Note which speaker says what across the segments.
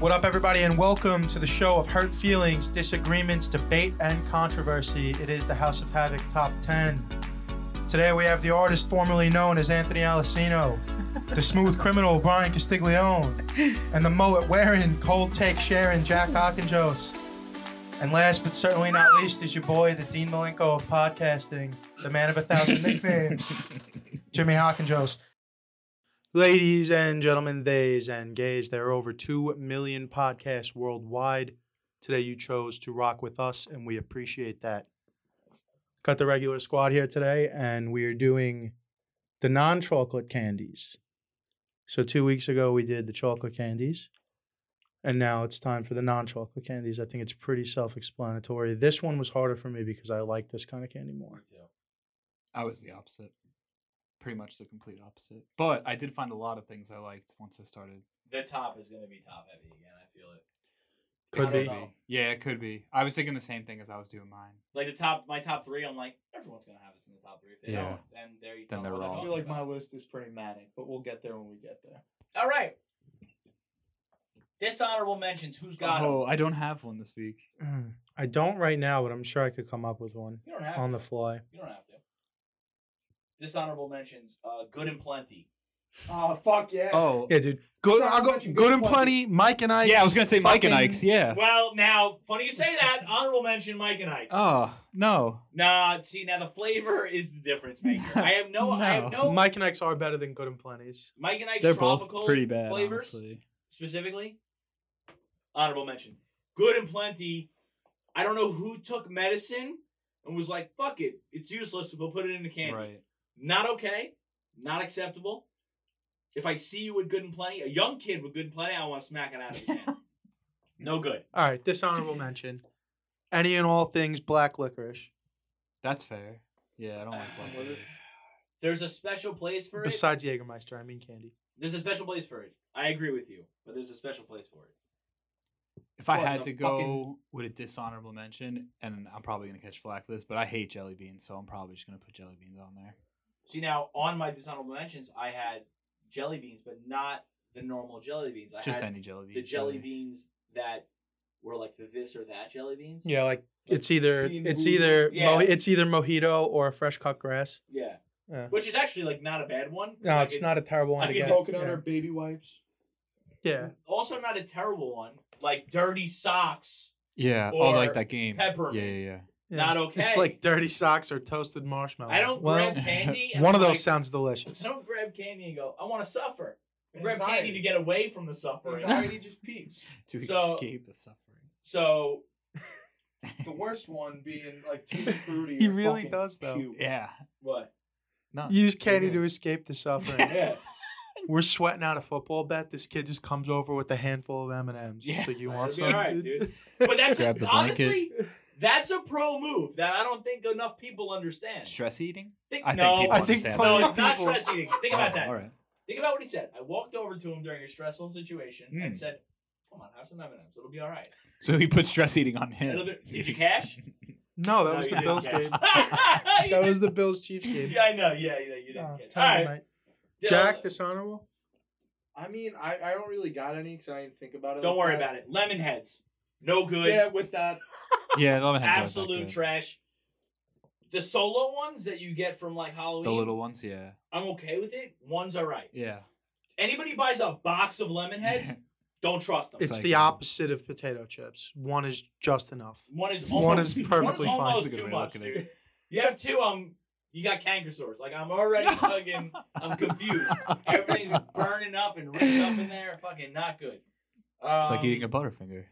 Speaker 1: What up, everybody, and welcome to the show of hurt feelings, disagreements, debate, and controversy. It is the House of Havoc Top 10. Today we have the artist formerly known as Anthony Alessino, the smooth criminal Brian Castiglione, and the mullet wearing, cold take sharing Jack Hockenjos. And last but certainly not least is your boy, the Dean Malenko of podcasting, the man of a thousand nicknames, Jimmy Hockenjos. Ladies and gentlemen, theys and gays, there are over 2 million podcasts worldwide. Today you chose to rock with us, and we appreciate that. Got the regular squad here today, and we are doing the non chocolate candies. So, two weeks ago, we did the chocolate candies, and now it's time for the non chocolate candies. I think it's pretty self explanatory. This one was harder for me because I like this kind of candy more.
Speaker 2: I was the opposite. Pretty much the complete opposite. But I did find a lot of things I liked once I started.
Speaker 3: The top is going to be top heavy again. I feel it.
Speaker 1: Could
Speaker 3: I
Speaker 1: be.
Speaker 3: don't know.
Speaker 2: Yeah, it could be. I was thinking the same thing as I was doing mine.
Speaker 3: Like the top, my top three. I'm like everyone's going to have us in the top three. If they
Speaker 2: Yeah.
Speaker 3: don't, then there you
Speaker 2: Then they're
Speaker 4: I
Speaker 2: wrong.
Speaker 4: feel like my list is pretty manic, but we'll get there when we get there.
Speaker 3: All right. Dishonorable mentions. Who's got 'em?
Speaker 2: oh, I don't have one this week.
Speaker 1: Mm. I don't right now, but I'm sure I could come up with one
Speaker 3: You don't have
Speaker 1: on
Speaker 3: to.
Speaker 1: the fly.
Speaker 3: You don't have to. Dishonorable mentions. Uh, good and plenty.
Speaker 4: Oh fuck yeah!
Speaker 2: Oh,
Speaker 1: Yeah, dude.
Speaker 4: Good-
Speaker 1: Good,
Speaker 4: I'll go-
Speaker 1: good,
Speaker 4: Good
Speaker 1: and
Speaker 4: and
Speaker 1: plenty. Mike and Ike.
Speaker 2: yeah. I was gonna say Mike and Ike's. Yeah.
Speaker 3: Well, now funny you say that. Honorable mention. Mike and Ike's.
Speaker 2: Oh no.
Speaker 3: Nah, see now the flavor is the difference maker. I have no, I have
Speaker 2: No.
Speaker 3: no Mike,
Speaker 1: Mike and Ike's are better than Good and Plenty's.
Speaker 3: and Ike's
Speaker 2: They're
Speaker 3: tropical
Speaker 2: both pretty bad.
Speaker 3: flavors
Speaker 2: honestly.
Speaker 3: specifically. Honorable mention. Good and plenty. I don't know who took medicine and was like, "Fuck it, it's useless. We'll put it in the candy."
Speaker 2: Right.
Speaker 3: Not okay. Not acceptable. If I see you with good and plenty, a young kid with good and plenty, I want to smack it out of his hand. No good.
Speaker 1: All right, dishonorable mention. Any and all things black licorice.
Speaker 2: That's fair. Yeah, I don't like black pepper.
Speaker 3: There's a special place for it.
Speaker 1: Besides Jägermeister, I mean candy.
Speaker 3: There's a special place for it. I agree with you, but there's a special place for it.
Speaker 2: If I
Speaker 4: What
Speaker 2: had
Speaker 4: the
Speaker 2: to go with a dishonorable mention, and I'm probably gonna catch flack for this, but I hate jelly beans, so I'm probably just gonna put jelly beans on there.
Speaker 3: See now on my dishonorable mentions, I had jelly beans, but not the normal jelly beans. I
Speaker 2: just
Speaker 3: had
Speaker 2: any jelly beans.
Speaker 3: the jelly
Speaker 2: really.
Speaker 3: beans that were like the this or that jelly beans.
Speaker 1: Yeah, like it's either
Speaker 4: Bean
Speaker 1: it's
Speaker 4: boozled.
Speaker 1: either mo-
Speaker 3: Yeah.
Speaker 1: it's either mojito or a fresh cut grass.
Speaker 3: Yeah.
Speaker 1: Yeah.
Speaker 3: Which is actually like not a bad one.
Speaker 1: No,
Speaker 3: Like,
Speaker 1: it's
Speaker 3: it-
Speaker 1: not a terrible one
Speaker 3: I
Speaker 1: to get.
Speaker 3: get
Speaker 4: coconut
Speaker 1: yeah.
Speaker 4: or baby wipes.
Speaker 1: yeah.
Speaker 3: Also not a terrible one. Like dirty socks.
Speaker 2: Yeah. Oh,
Speaker 3: or
Speaker 2: like that game.
Speaker 3: peppermint.
Speaker 2: Yeah, yeah, yeah.
Speaker 1: yeah.
Speaker 3: Not okay.
Speaker 1: It's like dirty socks or toasted marshmallow.
Speaker 2: Oh,
Speaker 3: I don't
Speaker 1: Well,
Speaker 3: grab candy. and
Speaker 1: one
Speaker 3: I'm
Speaker 1: of those
Speaker 3: like-
Speaker 1: sounds delicious.
Speaker 3: I don't grab candy and go, I want to suffer. I grab
Speaker 4: Anxiety.
Speaker 3: candy to get away from the suffering.
Speaker 4: Anxiety just peaks.
Speaker 2: To
Speaker 3: So-
Speaker 2: escape the suffering.
Speaker 3: So
Speaker 4: The worst one being like tutti frutti.
Speaker 1: He
Speaker 4: or
Speaker 1: really
Speaker 4: fucking
Speaker 1: does, though.
Speaker 4: puke.
Speaker 2: Yeah.
Speaker 3: what?
Speaker 2: No.
Speaker 1: Use candy
Speaker 2: Yeah.
Speaker 1: to escape the suffering.
Speaker 3: Yeah.
Speaker 1: We're sweating out a football bet. This kid just comes over with a handful of M and M's.
Speaker 2: Yeah.
Speaker 1: So you want
Speaker 3: It'll
Speaker 1: some?
Speaker 3: be all right, dude. But that's
Speaker 2: Grab the
Speaker 3: a,
Speaker 2: blanket.
Speaker 3: honestly, that's a pro move that I don't think enough people understand.
Speaker 2: Stress eating?
Speaker 3: Think,
Speaker 2: I think
Speaker 3: no,
Speaker 2: people
Speaker 1: I think
Speaker 2: understand
Speaker 1: plenty
Speaker 3: no,
Speaker 1: of
Speaker 3: it's not
Speaker 1: people-
Speaker 3: stress eating. Think about
Speaker 2: Oh,
Speaker 3: that.
Speaker 2: All right.
Speaker 3: Think about what he said. I walked over to him during a stressful situation and
Speaker 1: Hmm.
Speaker 2: Mm.
Speaker 3: said, "Come on, have some M&Ms. It'll be all right."
Speaker 2: So he put stress eating on him.
Speaker 3: It'll be- Did you cash?
Speaker 1: No, that
Speaker 3: No,
Speaker 1: was
Speaker 3: you
Speaker 1: the
Speaker 3: didn't
Speaker 1: Bills
Speaker 3: cash.
Speaker 1: game.
Speaker 3: You
Speaker 1: That
Speaker 3: didn't-
Speaker 1: was the Bills Chiefs game.
Speaker 3: Yeah, I know. Yeah, you know, you didn't
Speaker 1: Oh,
Speaker 3: cash. All
Speaker 1: Tommy
Speaker 3: right,
Speaker 1: Knight. Jack, dishonorable.
Speaker 4: I mean, I, I don't really got any because I didn't think about it.
Speaker 3: Don't worry
Speaker 4: like
Speaker 3: about it. Lemon heads, no
Speaker 4: that.
Speaker 3: good.
Speaker 4: Yeah, with that.
Speaker 2: yeah, Love
Speaker 3: absolute trash. The solo ones that you get from like Halloween,
Speaker 2: The little ones, yeah.
Speaker 3: I'm okay with it. One's all right.
Speaker 2: Yeah.
Speaker 3: Anybody buys a box of lemon heads, don't trust them.
Speaker 1: It's the
Speaker 2: Psycho.
Speaker 1: opposite of potato chips. One is just enough.
Speaker 3: one is
Speaker 1: one
Speaker 3: almost,
Speaker 1: is perfectly fine.
Speaker 3: almost
Speaker 2: That's a good
Speaker 3: too
Speaker 2: way to
Speaker 3: much,
Speaker 2: look at it.
Speaker 3: dude. You have two. Um, you got canker sores. Like I'm already fucking. I'm confused. Everything's burning up and ripping up in there. Fucking not good. Um,
Speaker 2: It's like eating a Butterfinger.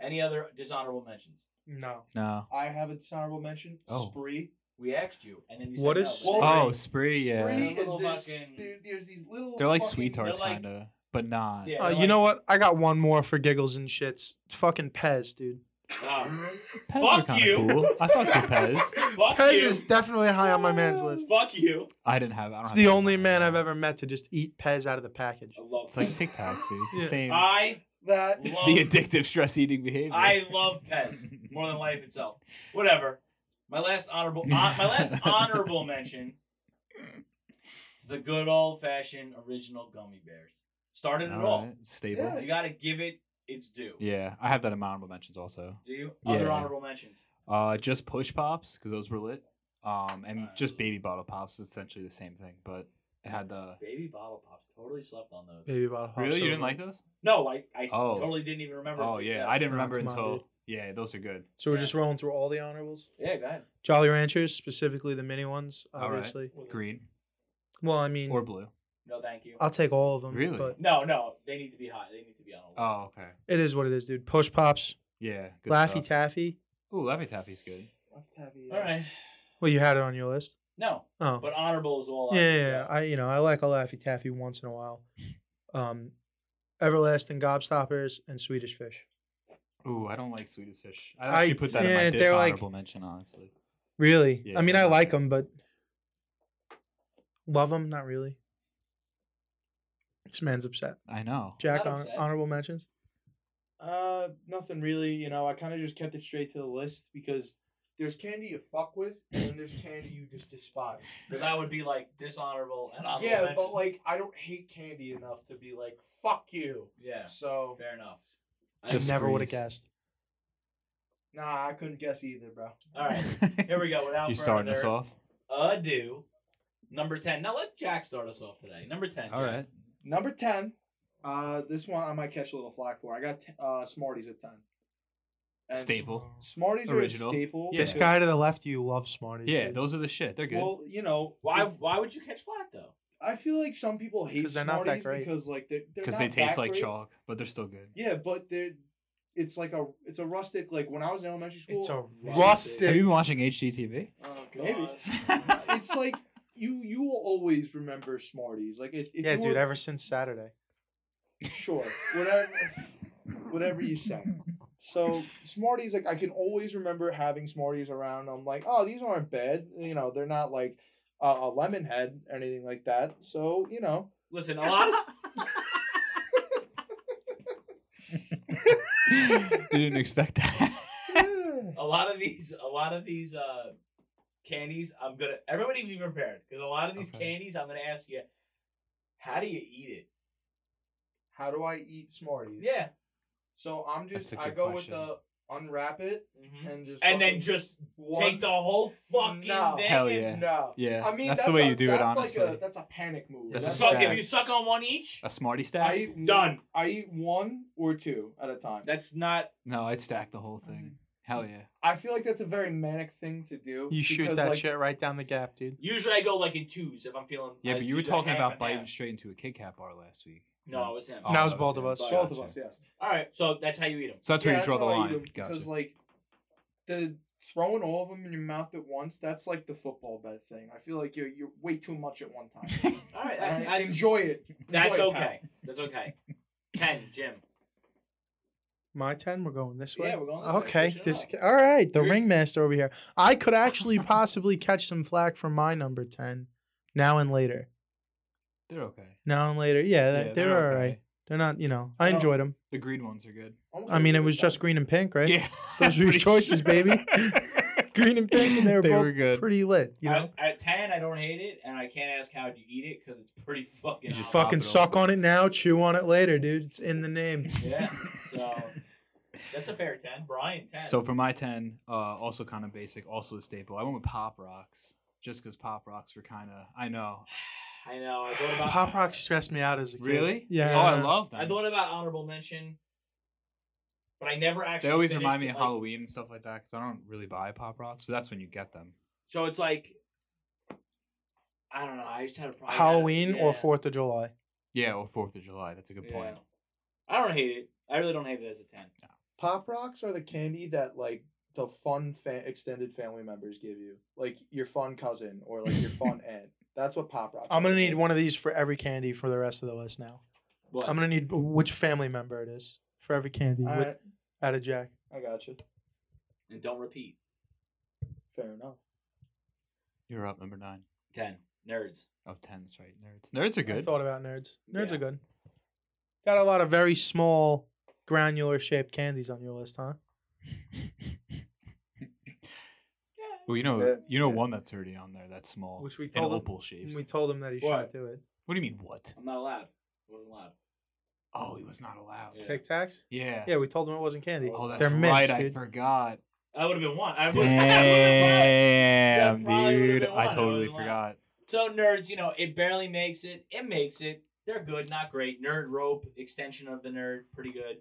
Speaker 3: Any other dishonorable mentions?
Speaker 1: No.
Speaker 2: No.
Speaker 4: I have a dishonorable mention.
Speaker 2: Oh.
Speaker 4: Spree.
Speaker 3: We asked you, and then you
Speaker 1: What
Speaker 3: said
Speaker 1: is-
Speaker 3: no.
Speaker 4: Well,
Speaker 2: Oh,
Speaker 4: Spree.
Speaker 2: Spree, yeah.
Speaker 4: Spree
Speaker 3: Yeah. Little
Speaker 4: is this.
Speaker 3: fucking-
Speaker 4: there- there's these little.
Speaker 2: They're like
Speaker 4: fucking-
Speaker 2: sweet tarts,
Speaker 3: like-
Speaker 2: kind of, but not.
Speaker 3: Yeah.
Speaker 1: Uh, you know what? I got one more for giggles and shits. Fucking Pez, dude.
Speaker 3: Oh.
Speaker 2: Pez were
Speaker 3: Fuck
Speaker 2: kinda
Speaker 3: you.
Speaker 2: Cool. I fucked with Pez.
Speaker 3: Uh, fuck
Speaker 1: Pez
Speaker 3: you.
Speaker 1: is definitely high on my man's list.
Speaker 3: fuck you.
Speaker 2: I didn't have. I don't
Speaker 1: It's
Speaker 2: have
Speaker 1: the
Speaker 2: Pez
Speaker 1: only
Speaker 2: on
Speaker 1: man
Speaker 2: there.
Speaker 1: I've ever met to just eat Pez out of the package.
Speaker 3: I love.
Speaker 2: It's like Tic Tacs. dude. It's the
Speaker 1: Yeah.
Speaker 2: same.
Speaker 3: I
Speaker 4: That.
Speaker 3: love.
Speaker 2: the addictive stress eating behavior.
Speaker 3: I love Pez more than life itself. Whatever. My last honorable, uh, my last honorable mention is the good old fashioned original gummy bears. Started it all.
Speaker 2: Alright, Stable.
Speaker 4: Yeah.
Speaker 3: You got to give it it's due.
Speaker 2: Yeah, I have that in my honorable mentions also.
Speaker 3: Do you?
Speaker 2: Yeah.
Speaker 3: Other honorable mentions.
Speaker 2: Uh, just push pops because those were lit. Um, and
Speaker 3: Alright.
Speaker 2: just baby bottle pops. It's essentially the same thing, but it had the.
Speaker 3: Baby bottle pops. Totally slept on those.
Speaker 1: Baby bottle.
Speaker 2: Really, you didn't like those?
Speaker 3: No, I, I
Speaker 2: Oh.
Speaker 3: totally didn't even remember.
Speaker 2: Oh
Speaker 3: to
Speaker 2: yeah,
Speaker 3: accept.
Speaker 2: I didn't
Speaker 1: Nah,
Speaker 2: remember
Speaker 1: come on,
Speaker 2: until.
Speaker 1: dude.
Speaker 2: Yeah, those are good.
Speaker 1: So we're just rolling through all the honorables.
Speaker 3: Yeah, go ahead.
Speaker 1: Jolly Ranchers, specifically the mini ones,
Speaker 2: All right.
Speaker 1: obviously.
Speaker 2: Green
Speaker 1: Well, I mean,
Speaker 2: or blue.
Speaker 3: No, thank you.
Speaker 1: I'll take all of them.
Speaker 2: Really?
Speaker 1: But
Speaker 3: no, no, they need to be hot. They need to be on. a list.
Speaker 2: Oh okay.
Speaker 1: it is what it is, dude. Push pops,
Speaker 2: Yeah. Good
Speaker 1: Laffy
Speaker 2: stuff.
Speaker 1: Taffy.
Speaker 2: Ooh, Laffy Taffy's good.
Speaker 3: All right.
Speaker 1: Well, you had it on your list.
Speaker 3: No,
Speaker 1: Oh,
Speaker 3: but honorable is all. I
Speaker 1: yeah,
Speaker 3: can
Speaker 1: yeah, yeah.
Speaker 3: do.
Speaker 1: I, you know, I like a Laffy Taffy once in a while. Um, Everlasting Gobstoppers and Swedish Fish.
Speaker 2: Ooh, I don't like Swedish fish. I
Speaker 1: I
Speaker 2: actually put that
Speaker 1: did,
Speaker 2: in my
Speaker 1: they're like-
Speaker 2: dishonorable mention, honestly.
Speaker 1: Really?
Speaker 2: Yeah,
Speaker 1: I mean, I
Speaker 2: yeah.
Speaker 1: like them, but love them, not really. This man's upset.
Speaker 2: I know.
Speaker 1: Jack,
Speaker 3: Not
Speaker 1: hon-
Speaker 3: upset.
Speaker 1: honorable mentions.
Speaker 4: Uh, nothing really. You know, I kind of just kept it straight to the list because there's candy you fuck with, and then there's candy you just despise.
Speaker 3: But that would be like dishonorable and honorable.
Speaker 4: yeah,
Speaker 3: mention.
Speaker 4: but like I don't hate candy enough to be like fuck you.
Speaker 3: yeah,
Speaker 4: So
Speaker 3: fair enough.
Speaker 1: I
Speaker 2: Just
Speaker 1: never would have
Speaker 2: squeeze.
Speaker 1: guessed.
Speaker 4: nah, I couldn't guess either, bro.
Speaker 3: All right, here we go. Without
Speaker 2: You starting us
Speaker 3: further
Speaker 2: off?
Speaker 3: Ado, number ten. Now let Jack start us off today. Number ten.
Speaker 2: All right.
Speaker 4: Number ten. Uh, this one I might catch a little flack for. I got t- uh Smarties at ten. And
Speaker 2: Staple.
Speaker 4: Smarties
Speaker 2: Original.
Speaker 4: are a staple.
Speaker 2: Yeah.
Speaker 1: This guy to the left of you loves Smarties.
Speaker 2: Yeah,
Speaker 1: dude.
Speaker 2: those are the shit. They're good.
Speaker 4: Well, you know
Speaker 3: Why?
Speaker 4: if-
Speaker 3: Why would you catch flack though?
Speaker 4: I feel like some people hate
Speaker 1: 'Cause they're not that
Speaker 4: Smarties
Speaker 1: great.
Speaker 4: because like they're
Speaker 2: because
Speaker 4: because
Speaker 2: they taste like chalk, but they're still good.
Speaker 4: Yeah, but they're it's like a it's a rustic like when I was in elementary school. uh,
Speaker 1: it's a
Speaker 3: Rustic.
Speaker 2: Have
Speaker 1: rustic.
Speaker 2: you been watching HGTV?
Speaker 3: Oh
Speaker 4: Maybe. it's like you you will always remember Smarties. Like if, if
Speaker 1: Yeah,
Speaker 4: you
Speaker 1: dude.
Speaker 4: were-
Speaker 1: Ever since Saturday.
Speaker 4: sure whatever whatever you say. So Smarties, like I can always remember having Smarties around. I'm like, oh, these aren't bad. You know, they're not like uh, a lemon head or anything like that. So you know,
Speaker 3: Listen, a lot.
Speaker 2: you didn't expect that.
Speaker 3: a lot of these a lot of these uh candies i'm gonna everybody be prepared because a lot of these
Speaker 2: Okay.
Speaker 3: candies i'm gonna ask you how do you eat
Speaker 4: how do I eat Smarties?
Speaker 3: it yeah
Speaker 4: So I'm just
Speaker 2: That's a
Speaker 4: I
Speaker 2: good
Speaker 4: go
Speaker 2: question.
Speaker 4: with the unwrap it
Speaker 3: hmm
Speaker 4: and just
Speaker 3: and then
Speaker 4: fucking
Speaker 3: just
Speaker 4: one-
Speaker 3: take the whole fucking
Speaker 4: No.
Speaker 3: thing
Speaker 2: Hell
Speaker 3: and-
Speaker 2: yeah.
Speaker 4: no.
Speaker 2: Yeah,
Speaker 4: I mean
Speaker 2: that's, the way
Speaker 4: a-
Speaker 2: you do it.
Speaker 4: that's
Speaker 2: Honestly,
Speaker 4: like a, that's a panic move.
Speaker 2: That's
Speaker 3: That's
Speaker 2: a
Speaker 3: fuck,
Speaker 2: stack.
Speaker 3: if you suck on one each
Speaker 2: a smarty stack.
Speaker 4: I eat one-
Speaker 3: done
Speaker 4: I eat one or two at a time.
Speaker 3: that's not
Speaker 2: No, I'd stack the whole
Speaker 4: Mm.
Speaker 2: thing. Hell yeah.
Speaker 4: I feel like that's a very manic thing to do.
Speaker 1: You shoot
Speaker 4: because,
Speaker 1: that
Speaker 4: like,
Speaker 1: shit right down the gap, dude.
Speaker 3: usually i go like in twos if i'm feeling
Speaker 2: Yeah,
Speaker 3: I
Speaker 2: but you were
Speaker 3: do, like,
Speaker 2: talking
Speaker 3: half
Speaker 2: about
Speaker 3: and
Speaker 2: biting
Speaker 3: half.
Speaker 2: straight into a Kit Kat bar last week. Oh,
Speaker 3: no it was him
Speaker 1: No, it was both
Speaker 2: him.
Speaker 1: of us.
Speaker 4: Both of
Speaker 2: Gotcha.
Speaker 4: us, yes.
Speaker 3: all right so that's how you eat them
Speaker 2: So that's where you draw the line.
Speaker 4: Because
Speaker 2: Gotcha.
Speaker 4: like the throwing all of them in your mouth at once, that's like the football bed thing. I feel like you're you're way too much at one time.
Speaker 3: all right that-
Speaker 4: And
Speaker 3: that's,
Speaker 4: enjoy it.
Speaker 3: that's
Speaker 4: Enjoy it, pal.
Speaker 3: okay that's okay Ken, Jim.
Speaker 1: My ten. We're going this way.
Speaker 3: Yeah, we're going this way.
Speaker 1: Okay.
Speaker 3: Switch it
Speaker 1: This,
Speaker 3: up.
Speaker 1: all right. The
Speaker 3: You're-
Speaker 1: ringmaster over here. I could actually possibly catch some flack for my number ten. Now and later.
Speaker 2: they're okay.
Speaker 1: Now and later. Yeah, they're,
Speaker 2: Yeah,
Speaker 1: they're, all
Speaker 2: okay.
Speaker 1: right. They're not. You know, I
Speaker 4: No.
Speaker 1: enjoyed them.
Speaker 2: The green ones are good.
Speaker 4: I'm
Speaker 1: I mean,
Speaker 4: okay
Speaker 1: it
Speaker 4: with
Speaker 1: was
Speaker 4: that.
Speaker 1: just green and pink, right?
Speaker 2: Yeah.
Speaker 1: Those were your
Speaker 2: Pretty
Speaker 1: choices, baby. Green and pink, and they were both
Speaker 2: were good.
Speaker 1: pretty lit. You know,
Speaker 3: I, at ten, I don't hate it, and I can't ask how you eat it because it's pretty fucking.
Speaker 2: You just
Speaker 3: out.
Speaker 1: fucking
Speaker 2: Pop it
Speaker 1: suck
Speaker 2: open.
Speaker 1: on it now, chew on it later, dude. It's in the name.
Speaker 3: Yeah. So that's a fair ten, Brian. Ten.
Speaker 2: So for my ten, uh, also kind of basic, also a staple. I went with Pop Rocks, just because Pop Rocks were kind of. I know.
Speaker 3: I know. I thought about
Speaker 1: Pop Rock stressed me out as a kid.
Speaker 2: Really?
Speaker 1: Yeah.
Speaker 2: Oh, I love them.
Speaker 3: I thought about honorable mention, but I never actually.
Speaker 2: they always
Speaker 3: finished
Speaker 2: remind me
Speaker 3: it,
Speaker 2: of
Speaker 3: like-
Speaker 2: Halloween and stuff like that because I don't really buy Pop Rocks, but that's when you get them.
Speaker 3: So it's like, I don't know. I just had a problem.
Speaker 1: Halloween
Speaker 3: Yeah.
Speaker 1: or Fourth of July.
Speaker 2: Yeah, or Fourth of July. That's a good
Speaker 3: Yeah.
Speaker 2: point.
Speaker 3: I don't hate it. I really don't hate it as a ten.
Speaker 4: Pop Rocks are the candy that like the fun fa- extended family members give you, like your fun cousin or like your fun aunt. That's what Pop Rocks.
Speaker 1: I'm
Speaker 4: are.
Speaker 1: gonna need one of these for every candy for the rest of the list now.
Speaker 3: But
Speaker 1: I'm gonna need which family member it is for every candy
Speaker 4: All
Speaker 1: with,
Speaker 4: right,
Speaker 1: out of Jack.
Speaker 4: I got you.
Speaker 3: and don't repeat.
Speaker 4: Fair enough.
Speaker 2: You're up number nine.
Speaker 3: Ten nerds.
Speaker 2: Oh, 10's right. Nerds. Nerds are
Speaker 1: I
Speaker 2: good.
Speaker 1: thought about nerds. Nerds
Speaker 3: Yeah.
Speaker 1: are good. Got a lot of very small, granular shaped candies on your list, huh?
Speaker 2: well, you know,
Speaker 4: Yeah.
Speaker 2: you know
Speaker 4: Yeah.
Speaker 2: one that's already on there. That's small.
Speaker 1: Which we
Speaker 2: and
Speaker 1: told him.
Speaker 2: opal shapes.
Speaker 1: We told him that he
Speaker 3: What?
Speaker 1: shouldn't do it.
Speaker 2: What do you mean? What?
Speaker 3: I'm not allowed. I wasn't allowed.
Speaker 2: Oh, he was not allowed.
Speaker 3: Yeah.
Speaker 1: Tic Tacs?
Speaker 2: Yeah.
Speaker 1: Yeah, we told them it wasn't candy.
Speaker 2: Oh, that's
Speaker 1: They're
Speaker 2: right.
Speaker 1: mixed,
Speaker 2: I
Speaker 1: dude.
Speaker 2: forgot.
Speaker 3: I would have been one. I would have
Speaker 2: Damn,
Speaker 3: That probably would've
Speaker 2: dude.
Speaker 3: been one.
Speaker 2: I
Speaker 3: That
Speaker 2: totally
Speaker 3: would've been one.
Speaker 2: forgot.
Speaker 3: So nerds, you know, it barely makes it. It makes it. They're good, not great. Nerd rope extension of the nerd, pretty good.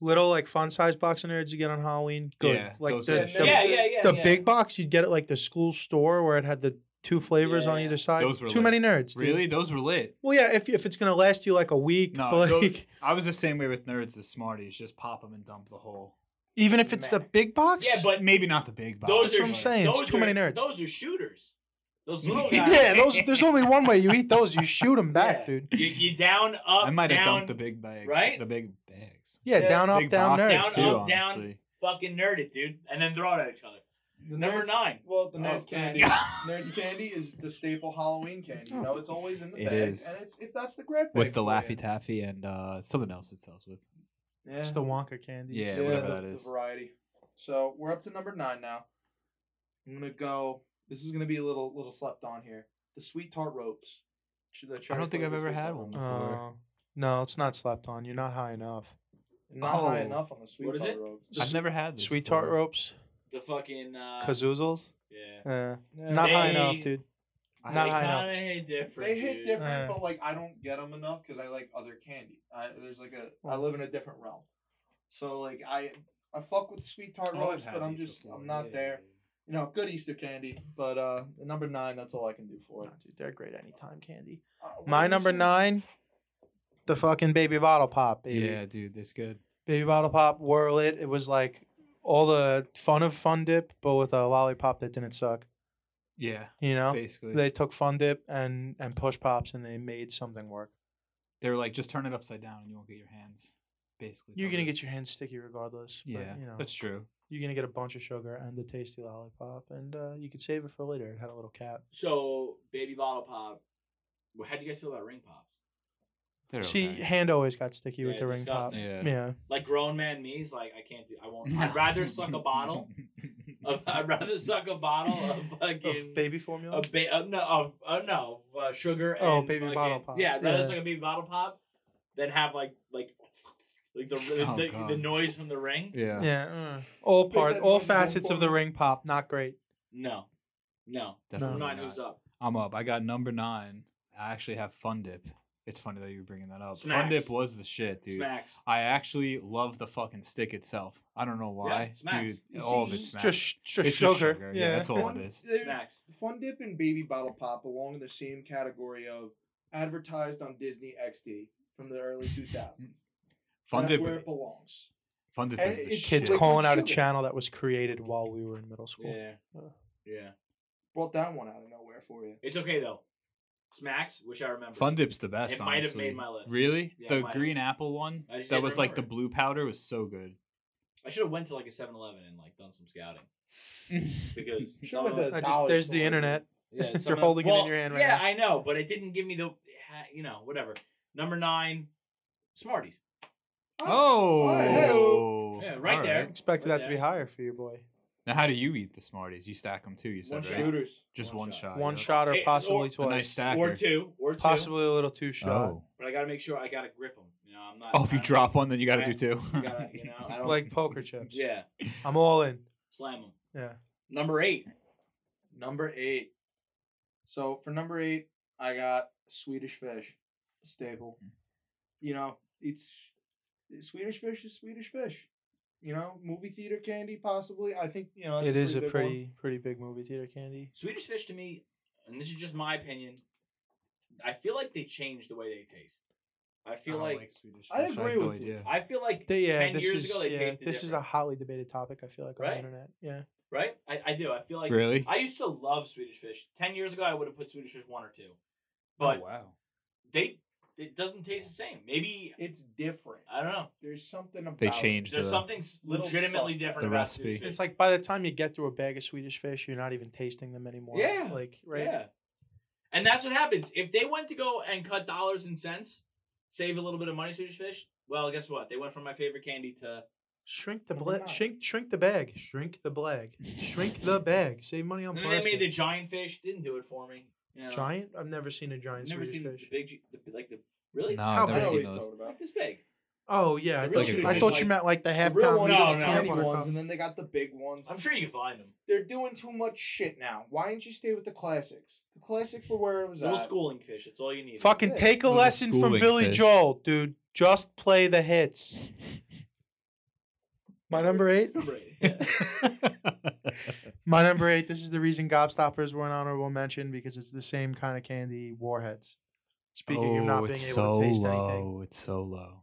Speaker 1: Little like fun size box of nerds you get on Halloween. Good.
Speaker 2: Yeah,
Speaker 1: like
Speaker 2: those
Speaker 1: the,
Speaker 2: are
Speaker 1: the,
Speaker 2: good.
Speaker 3: yeah, yeah, yeah.
Speaker 1: the
Speaker 3: yeah.
Speaker 1: big box you'd get at like the school store where it had the two flavors on
Speaker 3: Yeah.
Speaker 1: either side.
Speaker 2: Those were
Speaker 1: Too
Speaker 2: lit.
Speaker 1: many nerds. Dude.
Speaker 2: Really? Those were lit.
Speaker 1: Well, yeah. If if it's gonna last you like a week,
Speaker 2: No,
Speaker 1: but
Speaker 2: those-
Speaker 1: like
Speaker 2: I was the same way with nerds as Smarties. Just pop them and dump the whole.
Speaker 1: even if it's the
Speaker 4: Man.
Speaker 1: big box.
Speaker 3: Yeah, but
Speaker 2: Maybe not the big box.
Speaker 3: those
Speaker 1: That's
Speaker 3: are
Speaker 1: what I'm
Speaker 3: sh-
Speaker 1: saying, it's
Speaker 3: Those
Speaker 1: too
Speaker 3: are,
Speaker 1: many nerds.
Speaker 3: Those are shooters. Those little guys.
Speaker 1: yeah, those. There's only one way you eat those. You shoot them back,
Speaker 3: Yeah.
Speaker 1: dude.
Speaker 3: You, you down up.
Speaker 2: I might have
Speaker 3: down,
Speaker 2: dumped the big bags.
Speaker 3: right?
Speaker 2: The big bags.
Speaker 1: Yeah,
Speaker 3: Yeah.
Speaker 1: down up,
Speaker 2: big
Speaker 1: down
Speaker 2: boxes
Speaker 1: nerds.
Speaker 3: Down,
Speaker 2: too,
Speaker 3: up, down.
Speaker 2: honestly.
Speaker 3: fucking nerd it, dude, and then throw it at each other.
Speaker 4: The
Speaker 3: Number
Speaker 4: nerds,
Speaker 3: nine.
Speaker 4: Well, the
Speaker 3: Oh,
Speaker 4: nerds
Speaker 3: okay.
Speaker 4: candy. nerds candy is the staple Halloween candy.
Speaker 2: Oh.
Speaker 4: You know, it's always in the
Speaker 2: It
Speaker 4: bag,
Speaker 2: is.
Speaker 4: and it's if that's the grab bag
Speaker 2: with the
Speaker 4: for
Speaker 2: Laffy
Speaker 4: you.
Speaker 2: Taffy and uh, something else it sells with.
Speaker 4: Yeah.
Speaker 1: It's the Wonka candies.
Speaker 2: Yeah, whatever
Speaker 4: the,
Speaker 2: that
Speaker 4: the
Speaker 2: is.
Speaker 4: variety. So we're up to number nine now. I'm gonna go. This is gonna be a little little slept on here. The sweet tart ropes. Ch- the cherry
Speaker 2: don't think I've
Speaker 4: flavored
Speaker 2: ever
Speaker 4: sweet
Speaker 2: had
Speaker 4: tart
Speaker 2: one.
Speaker 4: ropes.
Speaker 1: Uh, no, it's not slept on. You're not high enough.
Speaker 4: Not high
Speaker 2: Oh.
Speaker 4: enough on the sweet
Speaker 3: What is
Speaker 4: tart
Speaker 3: it?
Speaker 4: ropes.
Speaker 1: Just
Speaker 2: I've never had this
Speaker 1: Sweet tart
Speaker 2: before.
Speaker 1: ropes,
Speaker 3: The fucking uh,
Speaker 1: kazoozles.
Speaker 3: yeah.
Speaker 1: Uh,
Speaker 4: Yeah.
Speaker 1: not high
Speaker 3: They-
Speaker 1: enough, dude.
Speaker 2: I-
Speaker 1: Not
Speaker 3: they
Speaker 1: high enough.
Speaker 3: kinda hit different.
Speaker 4: They hit
Speaker 3: dude.
Speaker 4: different,
Speaker 1: Uh.
Speaker 4: but like I don't get them enough because I like other candy. I, there's like a I
Speaker 1: Oh.
Speaker 4: live in a different realm, so like I I fuck with the sweet tart
Speaker 2: Oh, I've
Speaker 4: ropes,
Speaker 2: had
Speaker 4: but I'm
Speaker 2: these
Speaker 4: just
Speaker 2: before,
Speaker 4: I'm not
Speaker 2: yeah.
Speaker 4: there. You know, good Easter candy, but uh, number nine. That's all I can do for it.
Speaker 1: Nah, dude, they're great anytime candy.
Speaker 4: Uh, what
Speaker 1: My
Speaker 4: did you
Speaker 1: number
Speaker 4: say?
Speaker 1: nine, the fucking baby bottle pop, baby.
Speaker 2: Yeah, dude, that's good.
Speaker 1: Baby bottle pop, whirl it. It was like all the fun of fun dip, but with a lollipop that didn't suck.
Speaker 2: Yeah,
Speaker 1: You know,
Speaker 2: basically.
Speaker 1: they took fun dip and and push pops, and they made something work.
Speaker 2: They were like, just turn it upside down and you won't get your hands. Basically.
Speaker 1: You're
Speaker 2: covered.
Speaker 1: gonna get your hands sticky regardless. but,
Speaker 2: Yeah,
Speaker 1: you know,
Speaker 2: that's true.
Speaker 1: you're gonna get a bunch of sugar and the tasty lollipop, and uh, you could save it for later. It had a little cap.
Speaker 3: So baby bottle pop. Well, How do you guys feel about ring pops?
Speaker 2: They're
Speaker 1: See,
Speaker 2: okay.
Speaker 1: hand always got sticky with
Speaker 3: Yeah,
Speaker 1: the ring pop.
Speaker 3: disgusting.
Speaker 2: yeah.
Speaker 1: Yeah.
Speaker 3: Like grown man me's like I can't do. I won't. I'd rather suck a bottle of. I'd rather suck a bottle of fucking.
Speaker 1: Of baby formula.
Speaker 3: a ba- uh, no of uh, no of, uh, sugar.
Speaker 1: Oh,
Speaker 3: and
Speaker 1: baby
Speaker 3: fucking-
Speaker 1: bottle pop.
Speaker 3: Yeah, that
Speaker 1: Yeah.
Speaker 3: is like a baby bottle pop. Then have like like like the the,
Speaker 2: Oh,
Speaker 3: the,
Speaker 2: God.
Speaker 3: the noise from the ring.
Speaker 2: Yeah.
Speaker 1: yeah. uh, all
Speaker 4: Make
Speaker 1: part,
Speaker 4: that
Speaker 1: all
Speaker 4: noise again
Speaker 1: facets
Speaker 4: for
Speaker 1: of the
Speaker 4: me.
Speaker 1: ring pop. Not great.
Speaker 3: No, no.
Speaker 2: Definitely
Speaker 3: Number nine,
Speaker 2: not.
Speaker 3: who's up?
Speaker 2: I'm up. I got number nine. I actually have Fun Dip. It's funny that you're bringing that up. Fun
Speaker 3: Smacks.
Speaker 2: Dip was the shit, dude.
Speaker 3: Smacks.
Speaker 2: I actually love the fucking stick itself. I don't know why,
Speaker 3: smacks.
Speaker 2: dude.
Speaker 4: You
Speaker 2: all of
Speaker 4: see,
Speaker 2: it's
Speaker 4: it's
Speaker 1: It's
Speaker 2: smacks.
Speaker 1: just, just
Speaker 2: It's
Speaker 1: sugar.
Speaker 2: just sugar, yeah,
Speaker 1: Yeah.
Speaker 2: that's all.
Speaker 4: Fun-
Speaker 2: it is.
Speaker 4: they're-
Speaker 3: Smacks.
Speaker 4: Fun Dip and Baby Bottle Pop belong in the same category of advertised on Disney XD from the early 2000s.
Speaker 2: Fun
Speaker 4: That's
Speaker 2: Dip.
Speaker 4: where it belongs.
Speaker 2: Fun Dip
Speaker 4: and
Speaker 2: is the
Speaker 4: it's
Speaker 2: shit.
Speaker 1: Kids
Speaker 4: Liquid
Speaker 1: calling out a
Speaker 4: sugar.
Speaker 1: channel that was created while we were in middle school.
Speaker 3: Yeah,
Speaker 1: Uh.
Speaker 3: yeah.
Speaker 4: Brought that one out of nowhere for you.
Speaker 3: It's okay though. Smacks, which I remember.
Speaker 2: Fun Dip's the best.
Speaker 3: It might have
Speaker 2: honestly.
Speaker 3: made my list.
Speaker 2: Really?
Speaker 3: Yeah, it
Speaker 2: the
Speaker 3: might have.
Speaker 2: green apple one
Speaker 3: I just
Speaker 2: that
Speaker 3: didn't
Speaker 2: was like the
Speaker 3: remember
Speaker 2: blue powder was so good.
Speaker 3: I should have went to like a 7-Eleven and like done some scouting because
Speaker 4: Should've
Speaker 3: some
Speaker 4: went
Speaker 3: of,
Speaker 4: to-
Speaker 1: I just,
Speaker 4: Dollar
Speaker 1: there's the
Speaker 4: store.
Speaker 1: internet.
Speaker 3: yeah, some
Speaker 1: You're
Speaker 3: of-
Speaker 1: holding it in
Speaker 3: well,
Speaker 1: your hand right
Speaker 3: yeah,
Speaker 1: now.
Speaker 3: I know, but it didn't give me the eh, you know whatever. Number nine, Smarties.
Speaker 2: Oh,
Speaker 4: Oh,
Speaker 3: hey. Yeah, right
Speaker 2: All
Speaker 3: there.
Speaker 1: Expected
Speaker 3: Right
Speaker 1: that to be
Speaker 3: there.
Speaker 1: higher for your boy.
Speaker 2: Now, how do you eat the Smarties? You stack them too. You
Speaker 4: One
Speaker 2: said right?
Speaker 3: shot.
Speaker 4: shooters.
Speaker 2: just one,
Speaker 3: One
Speaker 2: shot.
Speaker 3: shot.
Speaker 1: One
Speaker 2: Uh, yeah.
Speaker 1: shot or
Speaker 3: Hey, oh,
Speaker 1: possibly
Speaker 3: or-
Speaker 2: A
Speaker 1: twice.
Speaker 2: nice stacker.
Speaker 3: Or two, or two.
Speaker 1: Possibly a little two shot.
Speaker 2: Oh.
Speaker 3: But I gotta make sure I gotta grip them. You know, I'm not.
Speaker 2: oh, if
Speaker 3: I
Speaker 2: you
Speaker 3: don't-
Speaker 2: drop one, then you got to do
Speaker 3: Right.
Speaker 2: two.
Speaker 3: you gotta, you know, I don't
Speaker 1: Like poker chips.
Speaker 3: Yeah,
Speaker 1: I'm all in.
Speaker 3: slam them.
Speaker 1: Yeah.
Speaker 3: Number eight.
Speaker 4: Number eight. So for number eight, I got Swedish fish, staple.
Speaker 1: Mm.
Speaker 4: You know, it's Swedish fish is Swedish fish. You know, movie theater candy possibly. I think you know that's
Speaker 1: it is a
Speaker 4: big one.
Speaker 1: pretty, pretty big movie theater candy.
Speaker 3: Swedish fish to me, and this is just my opinion. I feel like they changed the way they taste. I feel
Speaker 2: Oh,
Speaker 3: like,
Speaker 2: Swedish
Speaker 4: I fish, I agree have no with you. idea.
Speaker 3: I feel like
Speaker 1: They- yeah,
Speaker 3: ten
Speaker 1: this
Speaker 3: years
Speaker 1: is
Speaker 3: ago they
Speaker 1: yeah,
Speaker 3: tasted
Speaker 1: this is a
Speaker 3: different,
Speaker 1: hotly debated topic. I feel like on
Speaker 3: Right?
Speaker 1: the internet. Yeah.
Speaker 3: right. I, I do. I feel like
Speaker 2: really?
Speaker 3: I used to love Swedish fish. Ten years ago, I would have put Swedish fish one or two, but
Speaker 2: oh, wow.
Speaker 3: they it doesn't taste the same. Maybe
Speaker 4: It's different.
Speaker 3: I don't know.
Speaker 4: There's something about
Speaker 2: They
Speaker 4: it.
Speaker 2: changed
Speaker 3: There's
Speaker 2: the-
Speaker 3: something s-
Speaker 4: Little
Speaker 3: legitimately
Speaker 4: sus-
Speaker 3: different
Speaker 2: the
Speaker 3: about
Speaker 2: recipe.
Speaker 3: Swedish fish.
Speaker 1: It's like by the time you get through a bag of Swedish fish, you're not even tasting them anymore.
Speaker 3: Yeah,
Speaker 1: Like right.
Speaker 3: Yeah. And that's what happens. If they went to go and cut dollars and cents, save a little bit of money, Swedish fish, well, guess what? They went from my favorite candy to
Speaker 1: Shrink the
Speaker 4: Why
Speaker 1: bla-
Speaker 4: not?
Speaker 1: shrink shrink the bag. Shrink the bag. Shrink the bag. Save money on
Speaker 3: and then they
Speaker 1: plastic.
Speaker 3: made the giant fish. Didn't do it for me. You know,
Speaker 1: giant? I've never seen a
Speaker 3: I've
Speaker 1: giant
Speaker 3: never
Speaker 1: Swedish
Speaker 3: seen
Speaker 1: fish.
Speaker 3: the big, the, like the Really?
Speaker 2: No,
Speaker 1: How
Speaker 2: I've
Speaker 4: I
Speaker 2: never
Speaker 4: know
Speaker 1: big
Speaker 2: seen
Speaker 4: what he's
Speaker 2: those.
Speaker 4: talking about.
Speaker 3: Like this big.
Speaker 1: Oh yeah, I
Speaker 3: The
Speaker 1: thought
Speaker 2: real
Speaker 1: you,
Speaker 2: ones,
Speaker 1: I thought
Speaker 3: like-
Speaker 1: you meant like the
Speaker 4: The
Speaker 1: half
Speaker 4: real
Speaker 1: pound
Speaker 4: ones,
Speaker 3: No,
Speaker 1: Reese's
Speaker 4: the
Speaker 3: no.
Speaker 1: peanut
Speaker 4: tiny
Speaker 1: butter
Speaker 4: ones,
Speaker 1: cup.
Speaker 4: and then they got the big ones.
Speaker 3: I'm sure you can find them.
Speaker 4: They're doing too much shit now. Why didn't you stay with the classics? The classics were where it was
Speaker 3: Little
Speaker 4: at.
Speaker 3: schooling fish. That's all you need.
Speaker 1: Fucking
Speaker 4: Yeah.
Speaker 1: take a
Speaker 2: Those are
Speaker 1: lesson from
Speaker 2: schooling
Speaker 1: Billy
Speaker 2: fish.
Speaker 1: Joel, dude. Just play the hits. My number eight.
Speaker 3: Right.
Speaker 1: My number eight. This is the reason Gobstoppers were an honorable mention because it's the same kind of candy warheads. Speaking of not being able to taste
Speaker 2: Oh, low.
Speaker 1: anything,
Speaker 2: It's so low.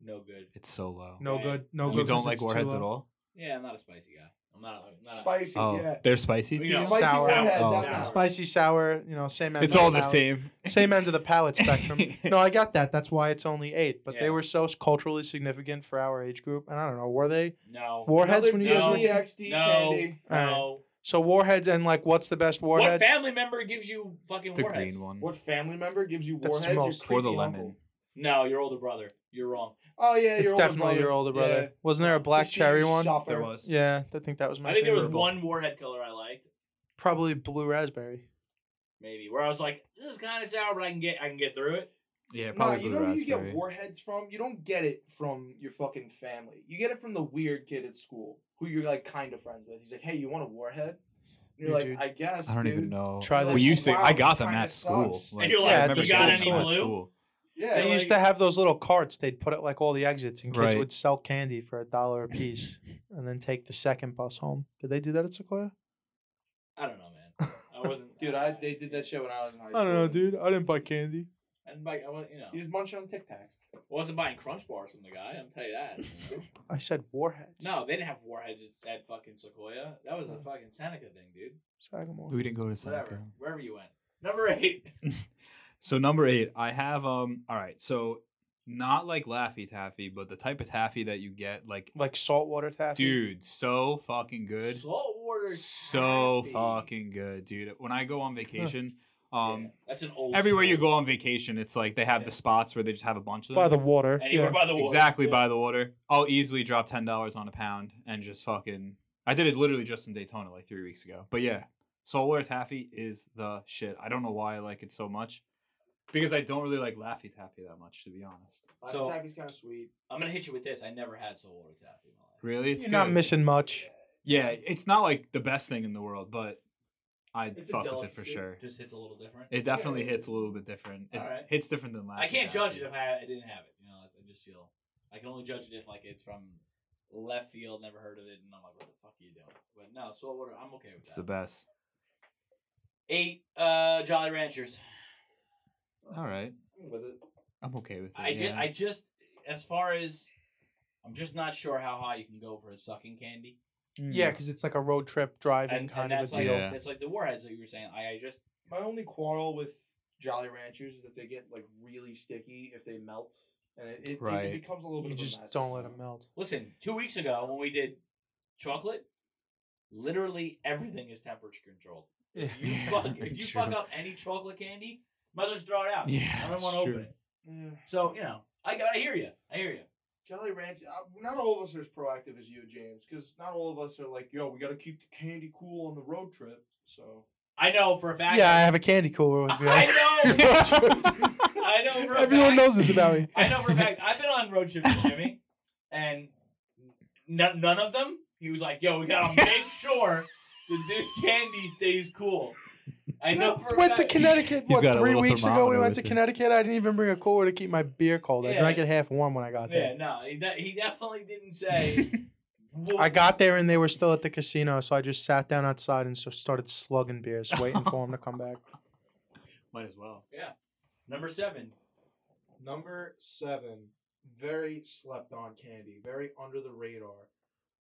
Speaker 3: no good.
Speaker 2: It's so low.
Speaker 1: no
Speaker 3: Right.
Speaker 1: good. No
Speaker 2: you
Speaker 1: good. 'cause
Speaker 2: don't like
Speaker 1: it's too
Speaker 2: warheads
Speaker 1: low.
Speaker 2: at all.
Speaker 3: Yeah, I'm not a spicy guy. I'm not. I'm not
Speaker 4: Spicy,
Speaker 2: Oh,
Speaker 4: yeah.
Speaker 2: they're spicy.
Speaker 3: We
Speaker 2: to you?
Speaker 3: know.
Speaker 4: Spicy
Speaker 1: Sour.
Speaker 4: foreheads
Speaker 2: Oh.
Speaker 4: out now.
Speaker 1: Spicy, sour. You know, same end.
Speaker 2: It's
Speaker 1: of
Speaker 2: all the
Speaker 1: palate-
Speaker 2: same.
Speaker 1: Same end of the palate spectrum. No, I got that. That's why it's only eight. But
Speaker 3: Yeah.
Speaker 1: they were so culturally significant for our age group, and I don't know, were they
Speaker 3: No.
Speaker 1: warheads
Speaker 4: Another
Speaker 1: when you guys were
Speaker 3: No.
Speaker 4: Disney
Speaker 1: kids?
Speaker 4: XD
Speaker 3: No.
Speaker 4: candy.
Speaker 3: No.
Speaker 1: So warheads and like, what's the best
Speaker 3: What
Speaker 1: warhead?
Speaker 3: family member gives you fucking
Speaker 2: the
Speaker 3: warheads?
Speaker 2: green one.
Speaker 4: What family member gives you
Speaker 1: That's
Speaker 4: warheads?
Speaker 1: the
Speaker 4: Your
Speaker 1: most.
Speaker 2: Or the
Speaker 4: creepy
Speaker 2: lemon.
Speaker 4: uncle.
Speaker 3: No, your older brother. You're wrong.
Speaker 4: Oh yeah,
Speaker 1: it's
Speaker 4: your older
Speaker 1: definitely your older brother.
Speaker 4: Yeah.
Speaker 1: Wasn't there a black
Speaker 4: The shit
Speaker 1: cherry
Speaker 4: you
Speaker 1: one?
Speaker 4: suffer.
Speaker 2: There was.
Speaker 1: Yeah, I think that was my.
Speaker 3: I think there
Speaker 1: favorite.
Speaker 3: was one warhead color I liked,
Speaker 1: Probably blue raspberry.
Speaker 3: maybe, where I was like, "This is kind of sour, but I can get, I can get through it."
Speaker 2: Yeah,
Speaker 4: No,
Speaker 2: probably blue
Speaker 4: you know who you
Speaker 2: raspberry.
Speaker 4: get warheads from? You don't get it from your fucking family. You get it from the weird kid at school who you're like kind of friends with. He's like, "Hey, you want a warhead?" And
Speaker 1: Yeah,
Speaker 4: you're
Speaker 1: dude.
Speaker 4: like, "I guess."
Speaker 2: I don't
Speaker 4: dude.
Speaker 2: even know.
Speaker 1: Try
Speaker 4: Like,
Speaker 1: this.
Speaker 2: We used to.
Speaker 4: wow,
Speaker 2: I got
Speaker 4: this
Speaker 2: them
Speaker 4: kinda
Speaker 2: at school.
Speaker 4: sucks.
Speaker 2: Like,
Speaker 3: you're
Speaker 1: like,
Speaker 2: I
Speaker 1: "You
Speaker 2: remember
Speaker 1: got
Speaker 2: getting
Speaker 1: any
Speaker 2: them at
Speaker 3: blue?"
Speaker 2: school.
Speaker 4: Yeah,
Speaker 1: They used to
Speaker 4: like,
Speaker 1: have those little carts. They'd put it like all the exits, and kids
Speaker 2: Right.
Speaker 1: would sell candy for a dollar a piece, and then take the second bus home. Did they do that at Sequoia?
Speaker 3: I don't know, man. I wasn't.
Speaker 4: Dude, I they did that shit when I was in high school.
Speaker 1: I don't know, dude. I didn't buy candy.
Speaker 3: And like, I was, you know,
Speaker 4: He was munching on Tic Tacs.
Speaker 3: wasn't buying Crunch Bars from the guy. I'm tell you that. you know?
Speaker 1: I said warheads.
Speaker 3: no, they didn't have warheads at, at fucking Sequoia. That was a fucking Seneca thing, dude.
Speaker 1: Sagamore.
Speaker 2: We didn't go to
Speaker 3: Whatever,
Speaker 2: Hmm. Seneca.
Speaker 3: wherever you went. Number eight.
Speaker 2: So number eight, I have um. All right, so not like Laffy Taffy, but the type of taffy that you get, like,
Speaker 1: Like saltwater taffy.
Speaker 2: dude, so fucking good,
Speaker 3: Saltwater.
Speaker 2: so
Speaker 3: taffy.
Speaker 2: fucking good, dude. When I go on vacation,
Speaker 3: Yeah,
Speaker 2: um,
Speaker 3: that's an old.
Speaker 2: everywhere you
Speaker 3: school.
Speaker 2: go on vacation, it's like they have
Speaker 3: Yeah.
Speaker 2: the spots where they just have a bunch of them
Speaker 1: By the water.
Speaker 3: Anywhere by the water.
Speaker 2: exactly
Speaker 3: Yeah.
Speaker 2: by the water. I'll easily drop ten dollars on a pound and just fucking. I did it literally just in Daytona like three weeks ago. But yeah, saltwater taffy is the shit. I don't know why I like it so much, because I don't really like Laffy Taffy that much to be honest.
Speaker 3: So-
Speaker 4: So, Taffy's kind of sweet.
Speaker 3: I'm gonna hit you with this. I never had saltwater taffy in my life.
Speaker 2: Really, it's
Speaker 1: You're not
Speaker 2: good.
Speaker 1: missing much.
Speaker 2: Yeah, it's not like the best thing in the world, but I
Speaker 4: It's a
Speaker 2: fuck with it for
Speaker 4: delicacy.
Speaker 2: sure.
Speaker 3: Just hits a little different.
Speaker 2: It definitely
Speaker 4: Yeah.
Speaker 2: hits a little bit different. It
Speaker 3: Alright.
Speaker 2: hits different than Laffy.
Speaker 3: I can't judge it
Speaker 2: Taffy.
Speaker 3: if I, I didn't have it. You know, like, I just feel I can only judge it if like it's from left field, never heard of it, and I'm like, what the fuck are you doing? But no, so what? I'm okay with
Speaker 2: It's the
Speaker 3: that.
Speaker 2: best.
Speaker 3: Eight uh, Jolly Ranchers.
Speaker 2: All right,
Speaker 4: I'm with it.
Speaker 2: I'm okay with it.
Speaker 3: I ju-
Speaker 2: yeah.
Speaker 3: I just as far as I'm just not sure how high you can go for a sucking candy.
Speaker 1: Yeah, because it's like a road trip driving
Speaker 3: And,
Speaker 1: kind
Speaker 3: and
Speaker 1: of
Speaker 3: that's
Speaker 1: a
Speaker 3: like
Speaker 1: deal.
Speaker 2: Mm. Yeah.
Speaker 3: that's like the warheads that you were saying. I, I just
Speaker 4: My only quarrel with Jolly Ranchers is that they get like really sticky if they melt, and it, it,
Speaker 2: Right.
Speaker 4: it becomes a little bit.
Speaker 1: You
Speaker 4: of a
Speaker 1: just
Speaker 4: mess.
Speaker 1: don't let it melt.
Speaker 3: listen. Two weeks ago when we did chocolate, literally everything is temperature controlled. If you
Speaker 2: Yeah.
Speaker 3: fuck, if you fuck
Speaker 2: True.
Speaker 3: up any chocolate candy, might as well just throw it out.
Speaker 2: Yeah,
Speaker 3: I don't
Speaker 2: it's
Speaker 3: want to open
Speaker 2: true.
Speaker 3: it.
Speaker 4: Yeah.
Speaker 3: So you know, I got. I hear you. I hear you.
Speaker 4: Jolly Ranch. Uh, not all of us are as proactive as you, James, because not all of us are like, yo, we got to keep the candy cool on the road trip. So
Speaker 3: I know for a fact.
Speaker 1: Yeah, I have a candy cooler with me.
Speaker 3: I know. I know for a
Speaker 1: Everyone
Speaker 3: fact.
Speaker 1: knows this about me.
Speaker 3: I know for a fact. I've been on road trips with Jimmy, and n- none of them. He was like, "Yo, we gotta make sure that this candy stays cool." I know for a
Speaker 1: went to
Speaker 3: fact-
Speaker 1: Connecticut
Speaker 2: He's
Speaker 1: what
Speaker 2: got a
Speaker 1: three
Speaker 2: little
Speaker 1: weeks ago. We
Speaker 2: thermometer
Speaker 1: went
Speaker 2: with
Speaker 1: to
Speaker 2: him.
Speaker 1: Connecticut. I didn't even bring a cooler to keep my beer cold. I
Speaker 3: Yeah.
Speaker 1: drank it half warm when I got
Speaker 3: Yeah,
Speaker 1: there.
Speaker 3: no, he, de- he definitely didn't say. Well,
Speaker 1: I got there and they were still at the casino, so I just sat down outside and so started slugging beers, waiting for them to come back.
Speaker 2: Might as well.
Speaker 3: number seven.
Speaker 4: number seven, very slept on candy, very under the radar,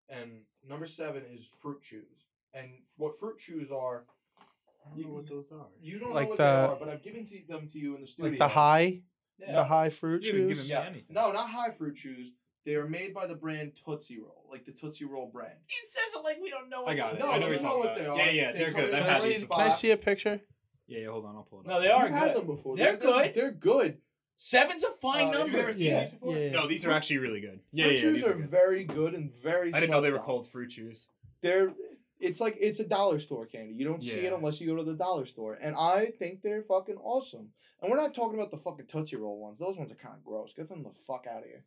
Speaker 4: and number seven is fruit chews. And what fruit chews are,
Speaker 2: I
Speaker 4: don't know what
Speaker 2: those are.
Speaker 4: you don't
Speaker 1: Like
Speaker 4: know what
Speaker 1: the-
Speaker 4: they are, but I've given to them to you in the studio.
Speaker 1: Like the high,
Speaker 3: Yeah.
Speaker 1: the high fruit
Speaker 2: You haven't
Speaker 1: juice.
Speaker 2: given me
Speaker 4: Yeah.
Speaker 2: anything.
Speaker 4: No, not high fruit chews. They are made by the brand Tootsie Roll, like the Tootsie Roll brand.
Speaker 3: He says it like we don't know.
Speaker 2: I got it.
Speaker 3: no,
Speaker 2: I know
Speaker 4: you
Speaker 2: what you're
Speaker 4: know
Speaker 2: talking
Speaker 4: what
Speaker 2: about.
Speaker 4: they are.
Speaker 2: Yeah, yeah,
Speaker 4: They
Speaker 2: they're
Speaker 4: come
Speaker 2: good.
Speaker 4: in
Speaker 2: I've
Speaker 4: a
Speaker 2: had
Speaker 1: Can
Speaker 4: nice
Speaker 2: these
Speaker 1: I, see,
Speaker 2: before.
Speaker 1: can I see a picture?
Speaker 2: Yeah, yeah, hold on, I'll pull it up.
Speaker 3: No, they are
Speaker 4: You've had
Speaker 3: good.
Speaker 4: them before.
Speaker 3: They're good.
Speaker 4: They're good.
Speaker 3: Seven's a fine
Speaker 4: Uh, you've
Speaker 3: number.
Speaker 4: never seen Yeah.
Speaker 1: these before? Oh, Yeah.
Speaker 2: No, these are actually really good. Yeah,
Speaker 4: fruit
Speaker 2: yeah,
Speaker 4: chews
Speaker 2: these
Speaker 4: are,
Speaker 2: are good.
Speaker 4: very good and very.
Speaker 2: I didn't know they were
Speaker 4: slept on.
Speaker 2: called fruit chews.
Speaker 4: they're it's like it's a dollar store candy. You don't see it
Speaker 2: Yeah.
Speaker 4: unless you go to the dollar store. And I think they're fucking awesome. And we're not talking about the fucking Tootsie Roll ones. Those ones are kind of gross. Get them the fuck out of here.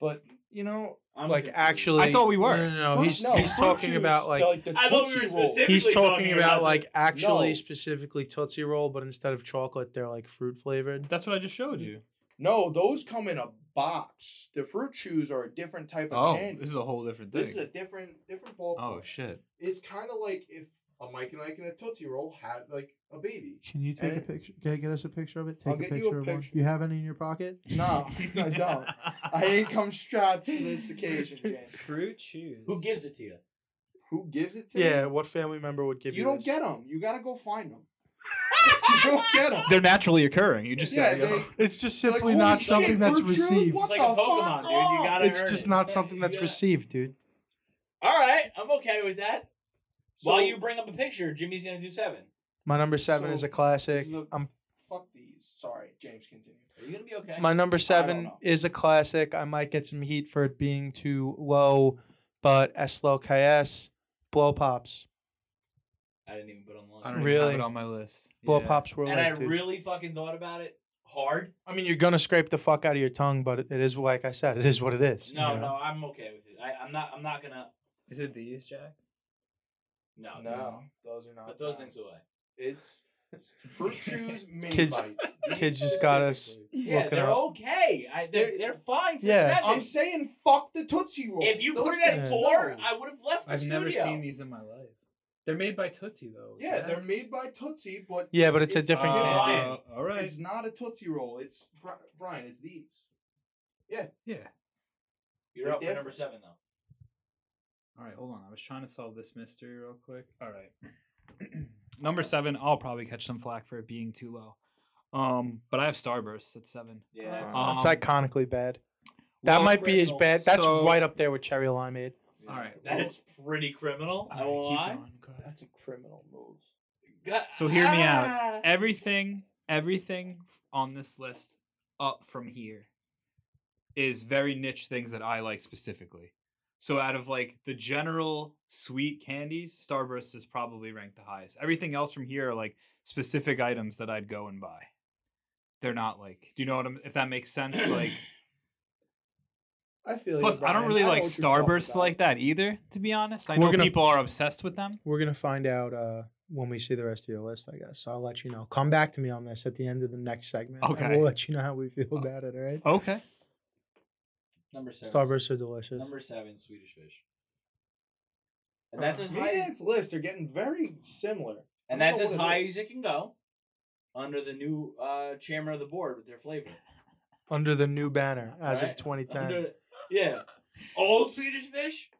Speaker 4: But you know,
Speaker 3: I'm
Speaker 1: like
Speaker 3: just-
Speaker 1: actually,
Speaker 2: I thought we were.
Speaker 1: No, no, no.
Speaker 4: fruit-
Speaker 1: He's
Speaker 4: no,
Speaker 1: he's
Speaker 4: fruit
Speaker 1: talking
Speaker 4: juice,
Speaker 1: about like
Speaker 4: the
Speaker 3: I thought we
Speaker 4: Tootsie
Speaker 3: were
Speaker 4: Roll.
Speaker 3: specific.
Speaker 1: he's
Speaker 3: specifically
Speaker 1: talking
Speaker 3: talking
Speaker 1: about
Speaker 3: about
Speaker 1: like actually
Speaker 4: No.
Speaker 1: specifically Tootsie Roll, but instead of chocolate, they're like fruit flavored.
Speaker 2: That's what I just showed you.
Speaker 4: No, those come in a box. The fruit chews are a different type of
Speaker 2: Oh,
Speaker 4: candy.
Speaker 2: this is a whole different thing.
Speaker 4: This is a different different ball.
Speaker 2: oh shit.
Speaker 4: It's kind of like if a Mike and Ike and a Tootsie Roll had like a baby.
Speaker 1: Can you
Speaker 4: take a And-
Speaker 1: picture? Can get us a picture of it?
Speaker 4: I'll Take a get you a picture of one. picture. You
Speaker 1: have any in your pocket?
Speaker 4: No, I don't. I ain't come strapped for this occasion, James.
Speaker 5: Fruit chews.
Speaker 3: Who gives it to you?
Speaker 4: Who gives it to you?
Speaker 1: Yeah, what family member would give you?
Speaker 4: You don't
Speaker 1: this?
Speaker 4: get them. You gotta go find them. you don't get them.
Speaker 2: They're naturally occurring. You just
Speaker 4: Yeah,
Speaker 2: gotta go.
Speaker 4: they-
Speaker 1: It's just
Speaker 4: Like,
Speaker 1: simply
Speaker 4: holy
Speaker 1: not
Speaker 4: shit,
Speaker 1: something that's
Speaker 4: fruit juice?
Speaker 1: received.
Speaker 4: What
Speaker 3: It's like a
Speaker 4: the
Speaker 3: Pokemon,
Speaker 4: fuck
Speaker 3: dude. You gotta
Speaker 1: It's
Speaker 3: earn
Speaker 1: just
Speaker 3: it.
Speaker 1: not something that's
Speaker 3: Yeah.
Speaker 1: received, dude.
Speaker 3: All right, I'm okay with that.
Speaker 4: So-
Speaker 3: While you bring up a picture, Jimmy's gonna do seven.
Speaker 1: My number seven
Speaker 4: So,
Speaker 1: is a classic.
Speaker 4: this is a-
Speaker 1: I'm
Speaker 4: Fuck these. Sorry, James. Continue.
Speaker 3: Are you gonna be okay?
Speaker 1: My number seven
Speaker 4: know.
Speaker 1: is a classic. I might get some heat for it being too low, but Eslo KS, Blow Pops.
Speaker 3: I didn't even put on one.
Speaker 2: I
Speaker 1: don't
Speaker 2: don't
Speaker 1: even have Really?
Speaker 2: have
Speaker 1: it
Speaker 2: it
Speaker 1: on
Speaker 2: on my list.
Speaker 1: Blow Pops were
Speaker 3: and
Speaker 1: like,
Speaker 3: I
Speaker 1: dude.
Speaker 3: really fucking thought about it hard.
Speaker 1: I mean, you're going to scrape the fuck out of your tongue, but it, it is, like I said, it is what it is. you
Speaker 3: No,
Speaker 1: know?
Speaker 3: no, I'm okay with it. I, I'm not. I'm not gonna.
Speaker 5: Is it these, Jack?
Speaker 3: No,
Speaker 4: No, those are not.
Speaker 3: Put those
Speaker 4: mine.
Speaker 3: things away.
Speaker 4: It's fruit chews mini
Speaker 1: Kids-
Speaker 4: bites. These
Speaker 1: kids just got us-
Speaker 4: specifically.
Speaker 3: Yeah,
Speaker 1: Look it
Speaker 3: they're
Speaker 1: up.
Speaker 3: okay. I, they're,
Speaker 4: They're-
Speaker 3: they're fine for
Speaker 1: Yeah.
Speaker 3: 7
Speaker 4: I'm saying fuck the Tootsie Rolls.
Speaker 3: if you
Speaker 4: Those
Speaker 3: put it at
Speaker 1: things-
Speaker 4: things-
Speaker 3: four,
Speaker 4: no.
Speaker 3: I would have left the
Speaker 5: I've
Speaker 3: studio.
Speaker 5: never seen these in my life. They're made by Tootsie though.
Speaker 4: yeah, they're made by Tootsie, but
Speaker 1: Yeah, but it's a different
Speaker 2: Oh,
Speaker 4: uh,
Speaker 1: candy.
Speaker 4: candy.
Speaker 2: all right.
Speaker 4: it's not a Tootsie Roll. It's Bri- Brian. It's these.
Speaker 2: yeah.
Speaker 3: You're up for
Speaker 4: Yeah.
Speaker 3: number seven though.
Speaker 2: All right. Hold on. I was trying to solve this mystery real quick. All right. number seven. I'll probably catch some flack for it being too low. Um, but I have Starburst at seven.
Speaker 3: Yeah.
Speaker 4: Uh,
Speaker 3: that's-
Speaker 2: Um,
Speaker 1: it's iconically bad. That
Speaker 2: Well,
Speaker 1: might be as
Speaker 3: Criminal.
Speaker 1: bad. That's
Speaker 2: So-
Speaker 1: right up there with Cherry Limeade.
Speaker 2: All right.
Speaker 3: that is pretty criminal. I won't
Speaker 2: All right,
Speaker 3: lie.
Speaker 2: keep going, go ahead.
Speaker 4: Oh, That's a criminal move.
Speaker 3: God-
Speaker 2: So hear me out.
Speaker 3: Ah!
Speaker 2: everything everything on this list up from here is very niche things that I like specifically. So out of like the general sweet candies, Starburst is probably ranked the highest. Everything else from here are like specific items that I'd go and buy. They're not like, do you know what I'm if that makes sense like
Speaker 4: I feel.
Speaker 2: plus
Speaker 4: you,
Speaker 2: I don't
Speaker 4: Brian.
Speaker 2: really
Speaker 4: know
Speaker 2: like
Speaker 4: what you're talking
Speaker 2: Starburst
Speaker 4: about.
Speaker 2: like that either, to be honest. I
Speaker 1: We're
Speaker 2: know
Speaker 1: gonna-
Speaker 2: people are obsessed with them.
Speaker 1: We're going to find out uh, when we see the rest of your list, I guess. I'll let you know. Come back to me on this at the end of the next segment. and
Speaker 2: Okay.
Speaker 1: we'll let you know how we feel
Speaker 3: Uh,
Speaker 1: about it, all right?
Speaker 2: Okay.
Speaker 3: Number seven.
Speaker 1: Starbursts are delicious.
Speaker 3: Number seven, Swedish fish. And that's as
Speaker 4: Me
Speaker 3: high
Speaker 4: and
Speaker 3: as
Speaker 4: Ant's list are getting very similar.
Speaker 3: and
Speaker 4: I
Speaker 3: that's
Speaker 4: don't
Speaker 3: as
Speaker 4: know what
Speaker 3: high
Speaker 4: it
Speaker 3: as it can go under the new uh chairman of the board with their flavor.
Speaker 1: Under the new banner as of
Speaker 3: Right.
Speaker 1: 2010.
Speaker 3: Under- yeah. Old Swedish fish,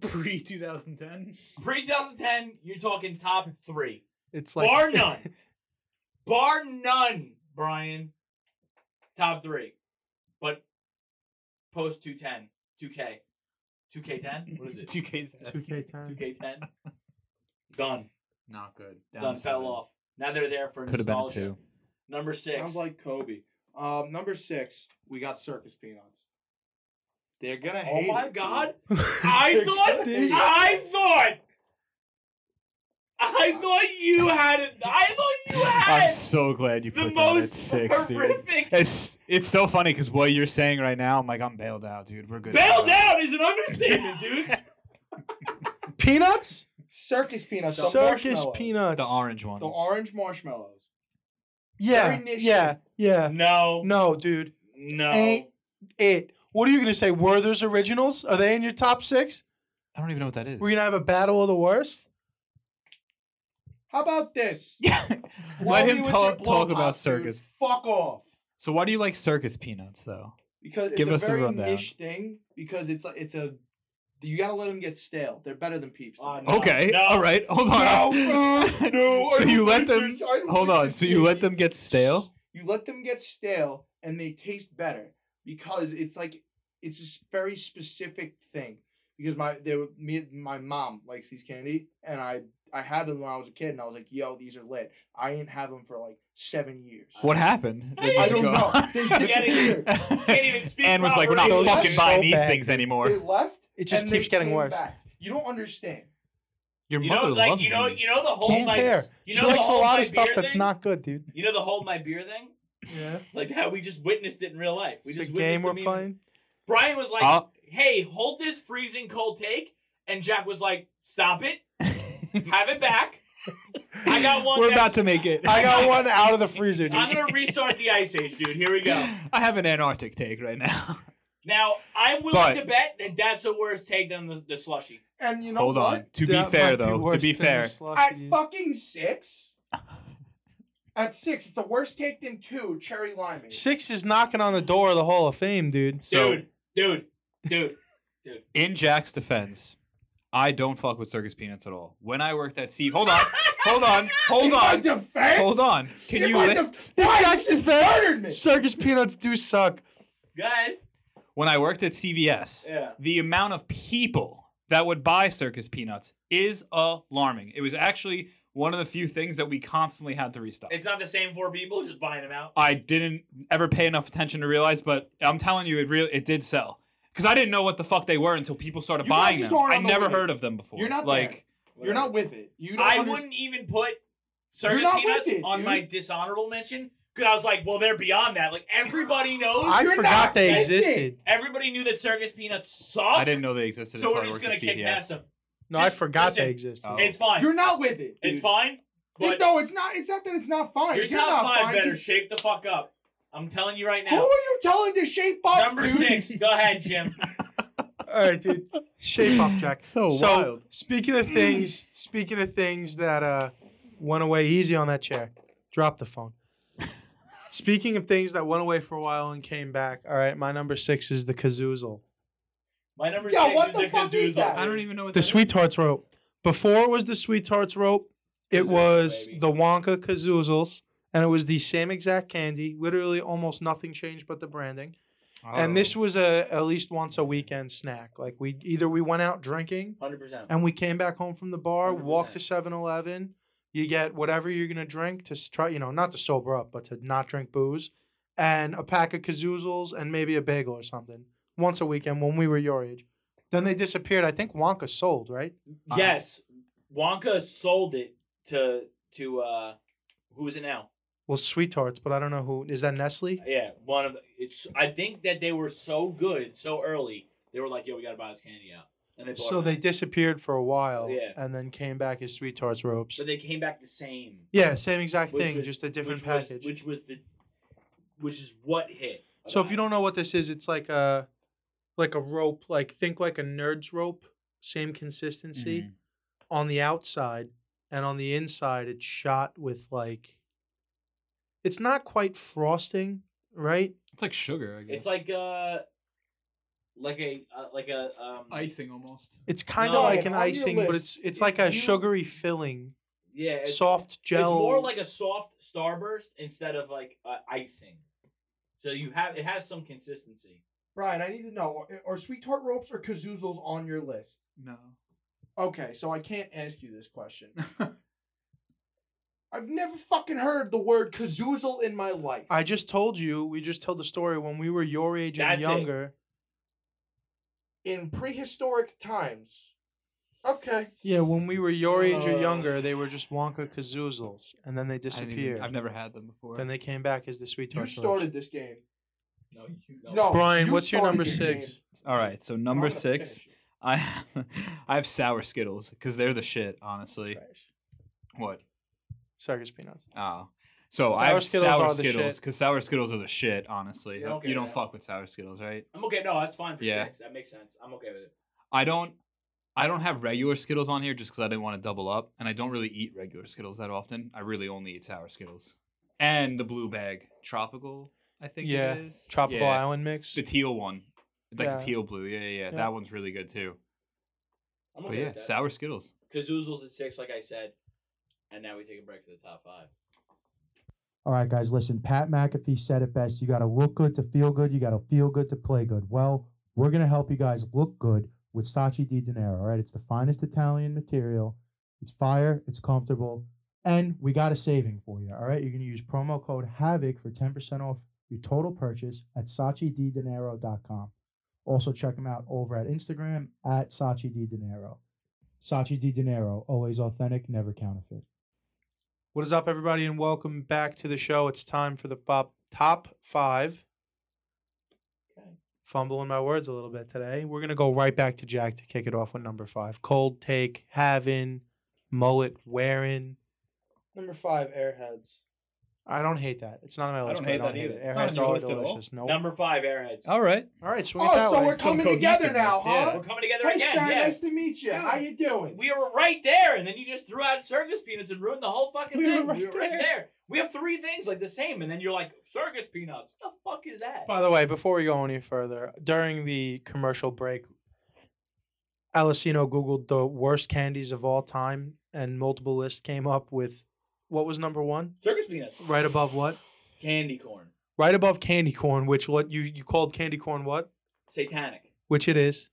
Speaker 2: Pre 2010.
Speaker 3: pre 2010, you're talking top three.
Speaker 1: It's
Speaker 3: Bar none. Bar none, Brian. Top three. But post 210, 2K. 2K10? What is it?
Speaker 2: 2K.
Speaker 1: 2K10.
Speaker 3: 2K10? Done.
Speaker 2: Not good.
Speaker 3: Done. Fell off. Now they're there for
Speaker 2: Could have been a
Speaker 3: nostalgia.
Speaker 2: two.
Speaker 3: Number six.
Speaker 4: Sounds like Kobe. Um, number six, we got circus peanuts. They're gonna
Speaker 3: Oh
Speaker 4: hate.
Speaker 3: my
Speaker 4: it,
Speaker 3: god!
Speaker 4: dude.
Speaker 3: I thought.
Speaker 1: This-
Speaker 3: I thought. I thought you had it. I thought you
Speaker 2: I'm
Speaker 3: had
Speaker 2: so glad you
Speaker 3: the
Speaker 2: put that at
Speaker 3: most
Speaker 2: six, dude.
Speaker 3: horrific.
Speaker 2: It's it's so funny because what you're saying right now, I'm like, I'm bailed out, dude. We're good. to
Speaker 3: Bailed
Speaker 2: go.
Speaker 3: out is an understatement, dude.
Speaker 1: Peanuts?
Speaker 4: Circus peanuts. the
Speaker 1: Circus
Speaker 4: marshmallows.
Speaker 1: peanuts.
Speaker 2: The orange one.
Speaker 4: The orange marshmallows.
Speaker 1: Yeah,
Speaker 4: Very niche.
Speaker 1: yeah, yeah.
Speaker 3: No,
Speaker 1: No, dude.
Speaker 3: no.
Speaker 1: Ain't it. What are you going to say? Werther's Originals? Are they in your top six?
Speaker 2: I don't even know what that is.
Speaker 1: We're going to have a battle of the worst?
Speaker 4: How about this? Blow
Speaker 2: Let
Speaker 4: me
Speaker 2: him
Speaker 4: with
Speaker 2: talk
Speaker 4: your blow
Speaker 2: talk about
Speaker 4: pops, dude.
Speaker 2: circus.
Speaker 4: Fuck off.
Speaker 2: So why do you like circus peanuts though?
Speaker 4: Because it's
Speaker 2: Give
Speaker 4: a
Speaker 2: us the
Speaker 4: very
Speaker 2: rundown.
Speaker 4: niche thing. Because it's a, it's a you gotta let them get stale. They're better than peeps. to
Speaker 3: Oh,
Speaker 4: me.
Speaker 3: No,
Speaker 2: okay,
Speaker 3: no.
Speaker 2: all right, hold on.
Speaker 4: No, no, I
Speaker 2: Oh, so you
Speaker 4: don't
Speaker 2: let
Speaker 4: like
Speaker 2: them
Speaker 4: this. I don't
Speaker 2: hold
Speaker 4: like
Speaker 2: on.
Speaker 4: this,
Speaker 2: So you let
Speaker 4: dude.
Speaker 2: them get stale.
Speaker 4: You let them get stale, and they taste better because it's like it's a s- very specific thing. Because my they were, me my mom likes these candy, and I I had them when I was a kid, and I was like, yo, these are lit. I didn't have them for like seven years.
Speaker 2: What happened? They
Speaker 3: I
Speaker 2: just
Speaker 3: don't
Speaker 2: go-
Speaker 4: know. They disappeared.
Speaker 3: Can't even speak.
Speaker 2: and was like, we're not
Speaker 3: properly.
Speaker 2: fucking
Speaker 4: So
Speaker 2: buying these
Speaker 1: bad,
Speaker 2: things
Speaker 1: dude.
Speaker 4: They
Speaker 2: anymore.
Speaker 4: left.
Speaker 1: It just
Speaker 4: and they
Speaker 1: keeps getting
Speaker 4: came
Speaker 1: worse.
Speaker 4: back. You don't understand.
Speaker 2: Your
Speaker 3: You
Speaker 2: mother
Speaker 3: know, like
Speaker 2: loves
Speaker 3: you know,
Speaker 2: these.
Speaker 3: you know the whole
Speaker 1: Don't
Speaker 3: like,
Speaker 1: care.
Speaker 3: you
Speaker 1: She
Speaker 3: know the
Speaker 1: likes a
Speaker 3: hold
Speaker 1: lot
Speaker 3: my
Speaker 1: of stuff
Speaker 3: beer
Speaker 1: that's
Speaker 3: thing?
Speaker 1: not good, dude.
Speaker 3: You know the hold my beer thing.
Speaker 1: Yeah.
Speaker 3: Like how we just witnessed it in real life. We
Speaker 1: It's
Speaker 3: just
Speaker 1: a
Speaker 3: witnessed
Speaker 1: game
Speaker 3: the
Speaker 1: we're
Speaker 3: meme.
Speaker 1: playing.
Speaker 3: Brian was like,
Speaker 2: I'll-
Speaker 3: "Hey, hold this freezing cold take," and Jack was like, "Stop it, have it back. I got one
Speaker 2: We're
Speaker 3: that's-
Speaker 2: about to make it.
Speaker 1: I got one out of the freezer, dude.
Speaker 3: I'm gonna restart the ice age, dude. Here we go."
Speaker 2: I have an Antarctic take right now.
Speaker 3: Now I'm willing
Speaker 2: But-
Speaker 3: to bet that that's a worse take than the, the slushy.
Speaker 4: And you know
Speaker 2: Hold
Speaker 4: what?
Speaker 2: on. To be fair, though, to be fair,
Speaker 4: At fucking six. At six, it's a worse take than two cherry limeade.
Speaker 1: Six is knocking on the door of the Hall of Fame, dude.
Speaker 2: So-
Speaker 3: dude, dude, dude.
Speaker 2: in Jack's defense, I don't fuck with circus peanuts at all. When I worked at Steve, hold on, hold on,
Speaker 4: In
Speaker 2: hold
Speaker 4: my
Speaker 2: on,
Speaker 4: defense?
Speaker 2: hold on. Can
Speaker 4: In
Speaker 2: you
Speaker 4: my
Speaker 2: list?
Speaker 1: In
Speaker 4: Why
Speaker 1: Jack's
Speaker 4: you murdered me?
Speaker 1: defense, circus peanuts do suck.
Speaker 3: Good.
Speaker 2: When I worked at CVS,
Speaker 3: Yeah.
Speaker 2: the amount of people that would buy circus peanuts is alarming. It was actually one of the few things that we constantly had to restock.
Speaker 3: It's not the same four people just buying them out.
Speaker 2: I didn't ever pay enough attention to realize, but I'm telling you, it really it did sell. Because I didn't know what the fuck they were until people started
Speaker 4: You guys
Speaker 2: buying
Speaker 4: just
Speaker 2: them.
Speaker 4: aren't
Speaker 2: I
Speaker 4: on the
Speaker 2: never
Speaker 4: wave.
Speaker 2: heard of them before.
Speaker 4: You're not
Speaker 2: like.
Speaker 4: there. You're not with it. You don't
Speaker 3: I
Speaker 4: understand-
Speaker 3: wouldn't even put circus
Speaker 4: You're not
Speaker 3: peanuts
Speaker 4: with it,
Speaker 3: on
Speaker 4: dude.
Speaker 3: my dishonorable mention because I was like, well, they're beyond that. Like everybody knows.
Speaker 1: I
Speaker 4: You're
Speaker 1: forgot
Speaker 4: not
Speaker 1: they
Speaker 4: with it.
Speaker 1: existed.
Speaker 3: everybody knew that circus peanuts suck.
Speaker 2: I didn't know they existed.
Speaker 3: So
Speaker 2: until I
Speaker 3: we're just
Speaker 2: worked
Speaker 3: gonna
Speaker 2: at
Speaker 3: kick
Speaker 2: CVS.
Speaker 3: past them.
Speaker 1: No, I
Speaker 3: Just-
Speaker 1: forgot
Speaker 3: listen.
Speaker 1: they existed.
Speaker 2: Oh.
Speaker 3: It's fine.
Speaker 4: You're not with it.
Speaker 3: it's
Speaker 4: dude.
Speaker 3: fine. But
Speaker 4: no, it's not. It's not that it's not fine.
Speaker 3: your
Speaker 4: You're
Speaker 3: top
Speaker 4: not
Speaker 3: five
Speaker 4: fine,
Speaker 3: better
Speaker 4: dude.
Speaker 3: shape the fuck up. I'm telling you right
Speaker 4: Who are
Speaker 3: now.
Speaker 4: you telling to shape up,
Speaker 3: Number
Speaker 4: dude?
Speaker 3: six. Go ahead, Jim.
Speaker 1: All right, dude. Shape up, Jack.
Speaker 2: So wild.
Speaker 1: Speaking of things, speaking of things that uh, went away easy on that chair, drop the phone. Speaking of things that went away for a while and came back, all right, my number six is the kazoozle.
Speaker 3: My number
Speaker 4: Yeah,
Speaker 3: six
Speaker 4: what
Speaker 3: is
Speaker 4: the
Speaker 3: the
Speaker 4: fuck
Speaker 3: Kazoozle.
Speaker 4: is that?
Speaker 5: I don't even know what
Speaker 1: The
Speaker 5: that is.
Speaker 1: Sweet Tarts rope. Before it was the Sweet Tarts rope, it
Speaker 3: Kazoozles,
Speaker 1: was
Speaker 3: baby.
Speaker 1: the Wonka kazoozles, and it was the same exact candy. Literally, almost nothing changed but the branding.
Speaker 3: Oh.
Speaker 1: And this was a at least once a weekend snack. Like we either we went out drinking
Speaker 3: Hundred percent.
Speaker 1: and we came back home from the bar, walked to
Speaker 3: 100%.
Speaker 1: 7-Eleven. You get whatever you're gonna drink to s- try, you know, not to sober up, but to not drink booze, and a pack of kazoozles and maybe a bagel or something once a weekend when we were your age. Then they disappeared. I think Wonka sold, right?
Speaker 2: Uh-huh.
Speaker 3: Yes, Wonka sold it to to uh, who is it now?
Speaker 1: Well, Sweet Tarts, but I don't know who is that. Nestle.
Speaker 3: Yeah, one of it's. I think that they were so good so early. They were like, "Yo, we gotta buy this candy out," and they bought
Speaker 1: So
Speaker 3: it.
Speaker 1: they disappeared for a while,
Speaker 3: Yeah.
Speaker 1: and then came back as Sweet Tarts ropes.
Speaker 3: But they came back the same.
Speaker 1: Yeah, same exact
Speaker 3: which
Speaker 1: thing,
Speaker 3: was-
Speaker 1: just a different
Speaker 3: which was-
Speaker 1: package.
Speaker 3: which was the, which is what hit.
Speaker 1: So if you don't know what this is, it's like a like a rope, like think like a nerd's rope, same consistency
Speaker 3: Mm-hmm.
Speaker 1: on the outside and on the inside it's shot with like it's not quite frosting, right?
Speaker 2: it's like sugar. I guess.
Speaker 3: it's like uh, like a uh, like a um
Speaker 2: icing almost.
Speaker 1: It's kind of
Speaker 3: No,
Speaker 1: like an
Speaker 4: on your
Speaker 1: icing, but it's
Speaker 4: list,
Speaker 1: it's
Speaker 4: if
Speaker 1: like a
Speaker 4: you-
Speaker 1: sugary filling,
Speaker 3: Yeah, it's,
Speaker 1: soft gel.
Speaker 3: It's more like a soft starburst instead of like uh, icing. So you have it has some consistency.
Speaker 4: Brian, I need to know: are- are sweet tart ropes or kazoozles on your list?
Speaker 2: No.
Speaker 4: Okay, so I can't ask you this question. I've never fucking heard the word kazoozle in my life.
Speaker 1: I just told you, we just told the story when we were your age and
Speaker 3: That's it.
Speaker 1: younger.
Speaker 4: in prehistoric times. Okay.
Speaker 1: Yeah, when we were your age or
Speaker 4: Uh,
Speaker 1: younger, they
Speaker 3: Oh.
Speaker 1: were just Wonka kazoozles, and then they disappeared.
Speaker 2: I've never had them before.
Speaker 1: Then they came back as the Sweet
Speaker 4: You
Speaker 1: Tarts.
Speaker 4: started this game.
Speaker 3: No, you
Speaker 4: No.
Speaker 1: Brian,
Speaker 4: you
Speaker 1: what's your
Speaker 4: started
Speaker 1: number
Speaker 4: this
Speaker 1: six?
Speaker 4: game.
Speaker 2: All right. So
Speaker 4: I'm
Speaker 3: Oh,
Speaker 2: number
Speaker 4: gonna
Speaker 2: six,
Speaker 4: finish it.
Speaker 2: I I have sour Skittles because they're the shit. Honestly.
Speaker 4: Trash.
Speaker 2: What?
Speaker 1: Circus peanuts.
Speaker 2: Oh. So I
Speaker 1: Sour
Speaker 2: have
Speaker 1: Skittles
Speaker 2: sour
Speaker 1: are the
Speaker 2: Skittles
Speaker 1: shit.
Speaker 2: because sour Skittles are the shit. Honestly,
Speaker 3: Yeah,
Speaker 2: you
Speaker 3: okay,
Speaker 2: don't
Speaker 3: yeah.
Speaker 2: fuck with sour Skittles, right?
Speaker 3: I'm okay. No, that's fine for
Speaker 2: Yeah.
Speaker 3: six. That makes sense. I'm okay with it.
Speaker 2: I don't. I don't have regular Skittles on here just because I didn't want to double up, and I don't really eat regular Skittles that often. I really only eat sour Skittles, and the blue bag tropical. I think
Speaker 1: Yeah,
Speaker 2: it is
Speaker 1: Tropical
Speaker 2: Yeah.
Speaker 1: Island mix.
Speaker 2: the teal one, like
Speaker 1: Yeah.
Speaker 2: the teal blue. Yeah, yeah, yeah,
Speaker 1: Yeah.
Speaker 2: that one's really good too.
Speaker 3: I'm
Speaker 2: But
Speaker 3: okay
Speaker 2: yeah,
Speaker 3: with that.
Speaker 2: sour Skittles.
Speaker 3: Kazoozles at six, like I said, and now we take a break for the top five.
Speaker 6: All right, guys, listen, Pat McAfee said it best. You got to look good to feel good. You got to feel good to play good. Well, we're going to help you guys look good with Sachi Di Danero. All right, it's the finest Italian material. It's fire, it's comfortable, and we got a saving for you. All right, you're going to use promo code HAVOC for 10% off your total purchase at SachiDiDanero.com. Also, check them out over at Instagram at Sachi Di Danero. Sachi Di Danero, always authentic, never counterfeit.
Speaker 1: What is up, everybody, and welcome back to the show. It's time for the fo- top five.
Speaker 3: Okay.
Speaker 1: Fumbling my words a little bit today. We're gonna go right back to Jack to kick it off with number five. Cold take, having, mullet wearing.
Speaker 4: Number five, Airheads.
Speaker 1: I don't hate that. It's not on my
Speaker 2: I
Speaker 1: list.
Speaker 2: don't
Speaker 1: but
Speaker 2: hate that
Speaker 1: it.
Speaker 2: either. It's
Speaker 5: not
Speaker 1: Airheads
Speaker 5: on your
Speaker 1: are
Speaker 5: list at all.
Speaker 1: delicious. No.
Speaker 3: Number five, Airheads.
Speaker 1: Oh.
Speaker 2: All right.
Speaker 1: All right, swing it that
Speaker 4: Oh, so
Speaker 1: way.
Speaker 4: we're
Speaker 2: Some
Speaker 4: coming together now,
Speaker 2: cohesiveness, yeah.
Speaker 4: huh?
Speaker 3: We're coming together
Speaker 4: Hey,
Speaker 3: again.
Speaker 4: Sam,
Speaker 3: yeah.
Speaker 4: nice to meet you.
Speaker 3: Dude,
Speaker 4: How you doing?
Speaker 3: We were right there, and then you just threw out circus peanuts and ruined the whole fucking
Speaker 2: We were
Speaker 3: thing.
Speaker 2: right
Speaker 3: we were right
Speaker 2: there.
Speaker 3: there. We have three things like the same, and then you're like circus peanuts. The fuck is that?
Speaker 1: By the way, before we go any further, during the commercial break, Alessino Googled the worst candies of all time, and multiple lists came up with what was number one?
Speaker 3: circus peanuts,
Speaker 1: Right above what?
Speaker 3: candy corn,
Speaker 1: Right above candy corn, which what you, you called candy corn what?
Speaker 3: satanic.
Speaker 1: Which it is.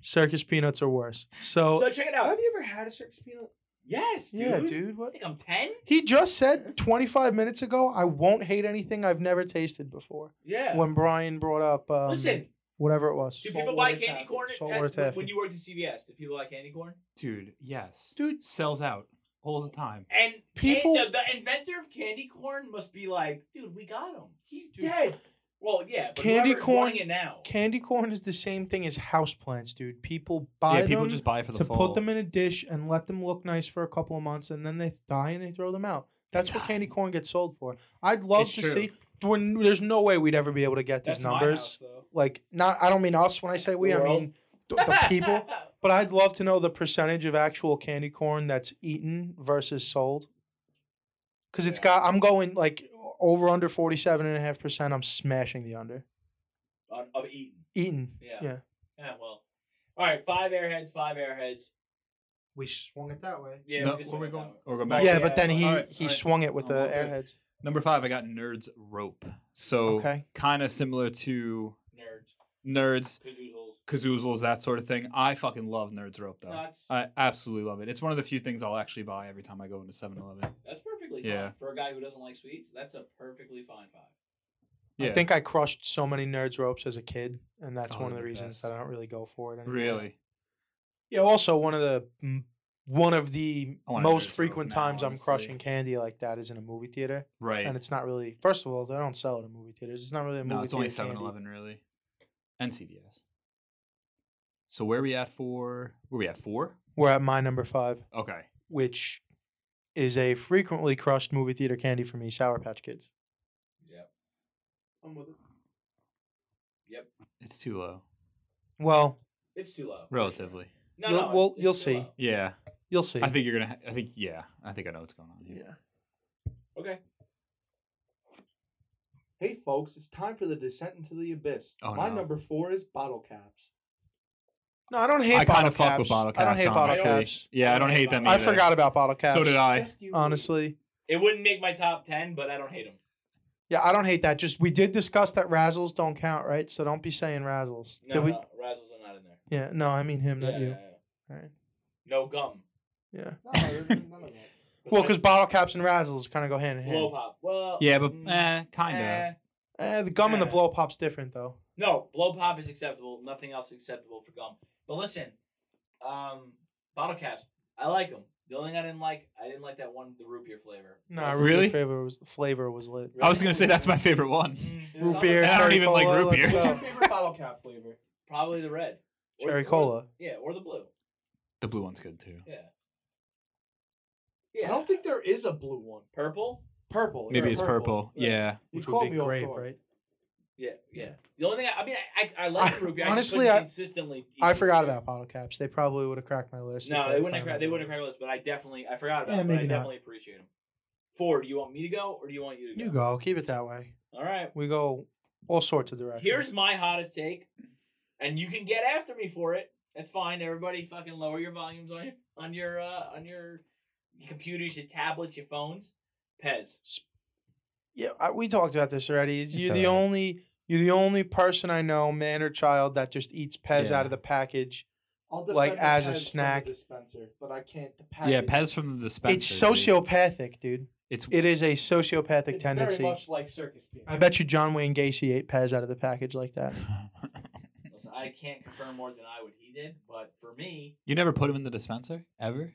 Speaker 1: Circus peanuts are worse. So,
Speaker 3: So check it
Speaker 4: Have
Speaker 3: out.
Speaker 4: you ever had a circus peanut?
Speaker 3: Yes, dude.
Speaker 1: Oh. yeah, dude,
Speaker 3: I
Speaker 1: what?
Speaker 3: think I'm ten.
Speaker 1: He just said 25 minutes ago, I won't hate anything I've never tasted before.
Speaker 3: Yeah.
Speaker 1: When Brian brought up um,
Speaker 3: Listen,
Speaker 1: whatever it was.
Speaker 3: do
Speaker 4: Salt
Speaker 3: people buy
Speaker 4: water
Speaker 3: candy
Speaker 4: taffy.
Speaker 3: corn at-
Speaker 1: Salt
Speaker 3: at-
Speaker 1: water taffy.
Speaker 3: when you worked at CVS? Did people buy candy corn?
Speaker 2: Dude, yes.
Speaker 1: Dude.
Speaker 2: sells out all the time.
Speaker 3: And
Speaker 1: People-
Speaker 3: people, the, the inventor of candy corn must be like, dude, we got him. He's dead. Well, yeah, but
Speaker 1: Candy
Speaker 3: candy
Speaker 1: corn-
Speaker 3: corn it now.
Speaker 1: Candy corn is the same thing as houseplants, dude. People buy
Speaker 2: yeah, people
Speaker 1: them
Speaker 2: just buy it for the
Speaker 1: to
Speaker 2: fall.
Speaker 1: put them in a dish and let them look nice for a couple of months, and then they die and they throw them out. That's what candy corn gets sold for. I'd love
Speaker 2: It's
Speaker 1: to
Speaker 2: true.
Speaker 1: see. We're, n- there's no way we'd ever be able to get these
Speaker 4: That's my
Speaker 1: numbers.
Speaker 4: house, though.
Speaker 1: Like, not. I don't mean us when I say we.
Speaker 4: The
Speaker 1: I
Speaker 4: world.
Speaker 1: mean th- the people. But I'd love to know the percentage of actual candy corn that's eaten versus sold. Because it's got. I'm going like over under 47.5 percent. I'm smashing the under.
Speaker 3: of, of eating.
Speaker 1: Eaten.
Speaker 3: Yeah.
Speaker 1: Yeah.
Speaker 3: Yeah, well. All right, five airheads, five airheads.
Speaker 1: We swung it that way.
Speaker 3: Yeah,
Speaker 2: No,
Speaker 3: we just
Speaker 2: where we
Speaker 3: went
Speaker 2: going?
Speaker 3: that way.
Speaker 2: Or we're going back.
Speaker 1: yeah,
Speaker 2: to-
Speaker 1: but then he
Speaker 2: All right,
Speaker 1: he
Speaker 2: all right.
Speaker 1: swung it with
Speaker 2: I'm
Speaker 1: the
Speaker 2: all good.
Speaker 1: airheads.
Speaker 2: Number five, I got Nerds Rope. So
Speaker 1: Okay.
Speaker 2: kind of similar to
Speaker 3: nerds,
Speaker 2: Nerds,
Speaker 3: kazoozles,
Speaker 2: Kazoozles, that sort of thing. I fucking love Nerds Rope though.
Speaker 3: nuts.
Speaker 2: Oh. I absolutely love it. It's one of the few things I'll actually buy every time I go into 7-Eleven.
Speaker 3: That's perfectly fine
Speaker 2: Yeah.
Speaker 3: for a guy who doesn't like sweets. That's a perfectly fine five.
Speaker 2: Yeah.
Speaker 1: I think I crushed so many nerds ropes as a kid, and that's
Speaker 2: Oh,
Speaker 1: one of the
Speaker 2: they're the
Speaker 1: reasons
Speaker 2: best.
Speaker 1: that I don't really go for it. Anymore.
Speaker 2: really.
Speaker 1: Yeah. Also, one of the mm, one of the
Speaker 2: I want a Nerds
Speaker 1: most
Speaker 2: Rope
Speaker 1: frequent
Speaker 2: now,
Speaker 1: times I'm
Speaker 2: honestly.
Speaker 1: crushing candy like that is in a movie theater,
Speaker 2: Right.
Speaker 1: and it's not really. First of all, they don't sell it in movie theaters. It's not really a movie
Speaker 2: No, it's only
Speaker 1: theater
Speaker 2: 7
Speaker 1: candy.
Speaker 2: Eleven, really. And CVS. So where are we at for? Where we at? Four?
Speaker 1: We're at my number five,
Speaker 2: Okay.
Speaker 1: which is a frequently crushed movie theater candy for me, Sour Patch Kids.
Speaker 4: I'm with it.
Speaker 2: It's too low.
Speaker 1: Well,
Speaker 3: It's too low.
Speaker 2: Relatively.
Speaker 3: No,
Speaker 1: You'll-
Speaker 3: no,
Speaker 1: well,
Speaker 3: it's,
Speaker 1: you'll
Speaker 3: it's too
Speaker 1: see.
Speaker 3: low.
Speaker 2: Yeah.
Speaker 1: you'll see.
Speaker 2: I think you're going to. Ha- I think, yeah. I think I know what's going on here.
Speaker 1: yeah.
Speaker 3: Okay.
Speaker 4: Hey, folks, it's time for the descent into the abyss.
Speaker 2: Oh,
Speaker 4: My
Speaker 2: no.
Speaker 4: number four is bottle caps.
Speaker 1: No, I don't hate.
Speaker 2: I kind
Speaker 1: bottle
Speaker 2: of fuck with
Speaker 1: caps.
Speaker 2: bottle caps.
Speaker 1: I don't hate
Speaker 2: honestly.
Speaker 1: bottle caps.
Speaker 2: Yeah, I don't hate them
Speaker 1: I
Speaker 2: either.
Speaker 1: forgot about bottle caps.
Speaker 2: So did I.
Speaker 4: Just you wait.
Speaker 1: Honestly,
Speaker 3: It wouldn't make my top ten, but I don't hate them.
Speaker 1: yeah, I don't hate that. Just we did discuss that razzles don't count, right? So don't be saying razzles.
Speaker 3: No,
Speaker 1: did we?
Speaker 3: no, razzles are not in there.
Speaker 1: Yeah, no, I mean him, not
Speaker 3: Yeah,
Speaker 1: you.
Speaker 3: yeah, yeah.
Speaker 1: Alright.
Speaker 3: No gum.
Speaker 1: Yeah.
Speaker 4: No, there's none of that.
Speaker 1: Well, because bottle caps and razzles kind of go hand in
Speaker 3: blow
Speaker 1: hand.
Speaker 3: pop. Well,
Speaker 2: Yeah, but
Speaker 3: mm,
Speaker 2: eh, kind of.
Speaker 3: eh.
Speaker 1: Eh, the gum and the
Speaker 3: Yeah.
Speaker 1: blow pop's different though.
Speaker 3: No, blow pop is acceptable. Nothing else is acceptable for gum. But listen, um, bottle caps. I like them. The only thing I didn't like, I didn't like that one, the root beer flavor.
Speaker 1: No,
Speaker 3: Wasn't-
Speaker 1: root beer
Speaker 2: really?
Speaker 1: Flavor was flavor was lit.
Speaker 2: I was going to say that's my favorite one.
Speaker 3: Mm,
Speaker 4: Root
Speaker 3: some-
Speaker 1: beer.
Speaker 2: And I don't
Speaker 1: cherry
Speaker 2: even like
Speaker 1: cola,
Speaker 2: root
Speaker 1: let's
Speaker 2: beer.
Speaker 4: What's your
Speaker 1: go.
Speaker 4: favorite bottle cap flavor?
Speaker 3: Probably the red. Or-
Speaker 1: Cherry
Speaker 3: or-
Speaker 1: cola.
Speaker 3: Yeah, or the blue.
Speaker 2: The blue one's good too.
Speaker 3: Yeah.
Speaker 4: I
Speaker 3: Yeah.
Speaker 4: don't think there is a blue one.
Speaker 3: Purple.
Speaker 4: Purple.
Speaker 2: Maybe
Speaker 4: yeah,
Speaker 2: it's purple.
Speaker 3: Right.
Speaker 2: Yeah.
Speaker 4: You
Speaker 1: Which would
Speaker 4: called
Speaker 1: be
Speaker 4: me off
Speaker 1: grape,
Speaker 4: guard.
Speaker 1: right?
Speaker 3: Yeah, yeah. The only thing I, I mean, I I, I like the root beer. I
Speaker 1: honestly,
Speaker 3: honestly,
Speaker 1: I-
Speaker 3: consistently. eat
Speaker 1: I
Speaker 3: root
Speaker 1: forgot
Speaker 3: beer.
Speaker 1: about bottle caps. They probably would have cracked my list. if
Speaker 3: No,
Speaker 1: I had
Speaker 3: they wouldn't have
Speaker 1: found
Speaker 3: cracked. They
Speaker 1: them.
Speaker 3: wouldn't have cracked this, but I definitely I forgot about.
Speaker 1: Yeah,
Speaker 3: it, but I
Speaker 1: maybe not.
Speaker 3: definitely appreciate them. Four. Do you want me to go or do you want you to go?
Speaker 1: You go. Keep it that way.
Speaker 3: All right.
Speaker 1: We go all sorts of directions.
Speaker 3: Here's my hottest take, and you can get after me for it. That's fine. Everybody, fucking lower your volumes on your on your uh, on your computers, your tablets, your phones. Pez.
Speaker 1: Yeah, I, we talked about this already. It's-
Speaker 2: It's
Speaker 1: You're the
Speaker 2: alright.
Speaker 1: only you're the only person I know, man or child, that just eats Pez
Speaker 2: Yeah.
Speaker 1: out of the package.
Speaker 4: I'll
Speaker 1: Like,
Speaker 4: defend the
Speaker 1: as a
Speaker 4: Pez from the
Speaker 1: snack.
Speaker 4: dispenser, but I can't. The
Speaker 2: Yeah,
Speaker 4: package
Speaker 2: Pez
Speaker 4: is-
Speaker 2: from the dispenser.
Speaker 1: it's
Speaker 2: dude.
Speaker 1: sociopathic, dude.
Speaker 2: It's
Speaker 1: It is a sociopathic
Speaker 4: It's
Speaker 1: tendency.
Speaker 4: very much like circus peanuts.
Speaker 1: I bet you John Wayne Gacy ate Pez out of the package like that.
Speaker 3: Listen, I can't confirm more than I would he did, but for me,
Speaker 2: You never put him in the dispenser ever.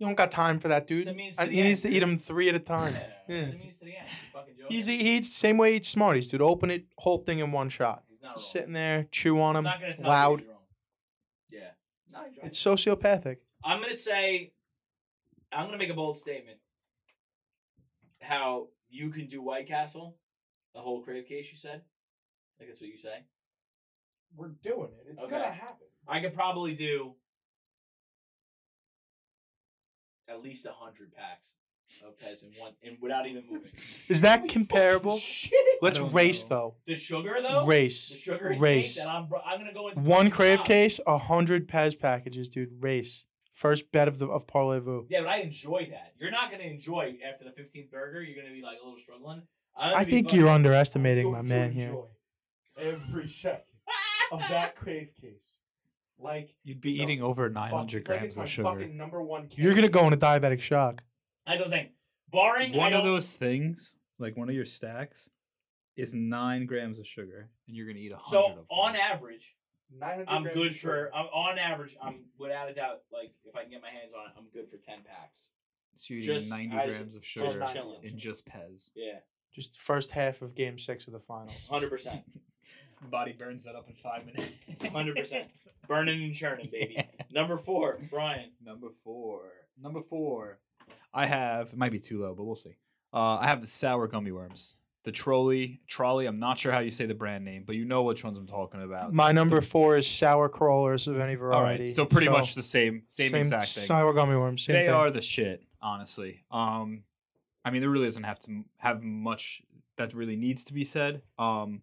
Speaker 1: You don't got time for that, dude.
Speaker 3: It's a means
Speaker 1: And
Speaker 3: to
Speaker 1: he
Speaker 3: the
Speaker 1: needs to
Speaker 3: end.
Speaker 1: eat them three at a time.
Speaker 3: Yeah.
Speaker 1: Yeah.
Speaker 3: It's a means to the end. You fucking joking.
Speaker 1: He's, he eats the same way he eats Smarties, dude. Open it, whole thing in one shot.
Speaker 3: He's not wrong.
Speaker 1: Sitting there, chew on
Speaker 3: I'm
Speaker 1: them,
Speaker 3: Oh. not gonna tell
Speaker 1: loud.
Speaker 3: You you're wrong. Yeah. No, you're right.
Speaker 1: It's sociopathic.
Speaker 3: I'm gonna say, I'm gonna make a bold statement. How you can do White Castle, the whole crave case you said. I think that's what you say.
Speaker 4: We're doing it. It's
Speaker 3: Okay.
Speaker 4: gonna happen.
Speaker 3: I could probably do at least a hundred packs of Pez in one, and without even moving.
Speaker 1: Is that comparable?
Speaker 4: Shit.
Speaker 1: Let's
Speaker 5: I don't
Speaker 1: race
Speaker 3: The sugar
Speaker 1: though.
Speaker 3: though, the
Speaker 1: Race.
Speaker 3: sugar intake
Speaker 1: Race.
Speaker 3: that I'm, I'm gonna go in
Speaker 1: One crave
Speaker 3: Wow.
Speaker 1: case, a hundred Pez packages, dude. Race. First bet of the of Parlay Vu.
Speaker 3: Yeah, but I enjoy that. You're not gonna enjoy after the 15th burger. You're gonna be like a little struggling. I'm gonna
Speaker 1: I
Speaker 3: be
Speaker 1: think
Speaker 3: fucking-
Speaker 1: you're
Speaker 4: I'm
Speaker 1: underestimating my
Speaker 4: going to
Speaker 1: man here.
Speaker 4: enjoy Every second of that crave case, like
Speaker 2: You'd be
Speaker 4: No.
Speaker 2: eating over 900
Speaker 4: fuck, like it's
Speaker 2: grams
Speaker 4: my
Speaker 2: of sugar.
Speaker 4: fucking number one.
Speaker 1: You're gonna go into diabetic shock.
Speaker 3: I don't think. Barring I
Speaker 2: One of
Speaker 3: don't-
Speaker 2: those things, like one of your stacks, is nine grams of sugar, and you're gonna eat a hundred. of
Speaker 3: So
Speaker 2: them.
Speaker 3: on average,
Speaker 4: 900
Speaker 3: I'm
Speaker 4: grams
Speaker 3: good
Speaker 4: of sugar.
Speaker 3: for. I'm on average. I'm without a doubt. Like if I can get my hands on it, I'm good for 10 packs.
Speaker 2: so you're eating
Speaker 3: just-
Speaker 2: 90
Speaker 3: I was
Speaker 2: grams of
Speaker 3: Just
Speaker 2: sugar
Speaker 3: chilling.
Speaker 2: in just Pez.
Speaker 3: Yeah,
Speaker 1: Just the first half of game six of the finals.
Speaker 3: hundred percent,
Speaker 2: Body burns that up in five minutes.
Speaker 3: hundred percent, burning and churning, baby. Number four, Brian.
Speaker 2: Number four. Number four. I have. It might be too low, but we'll see. Uh, I have the sour gummy worms. The trolley trolley. I'm not sure how you say the brand name, but you know which ones I'm talking about.
Speaker 1: My number four is sour crawlers of any
Speaker 2: All
Speaker 1: variety.
Speaker 2: right. So pretty much the same same, exact thing.
Speaker 1: Sour gummy worms. Same
Speaker 2: they
Speaker 1: thing.
Speaker 2: are the shit, honestly. Um, I mean, there really doesn't have to m- have much that really needs to be said. Um,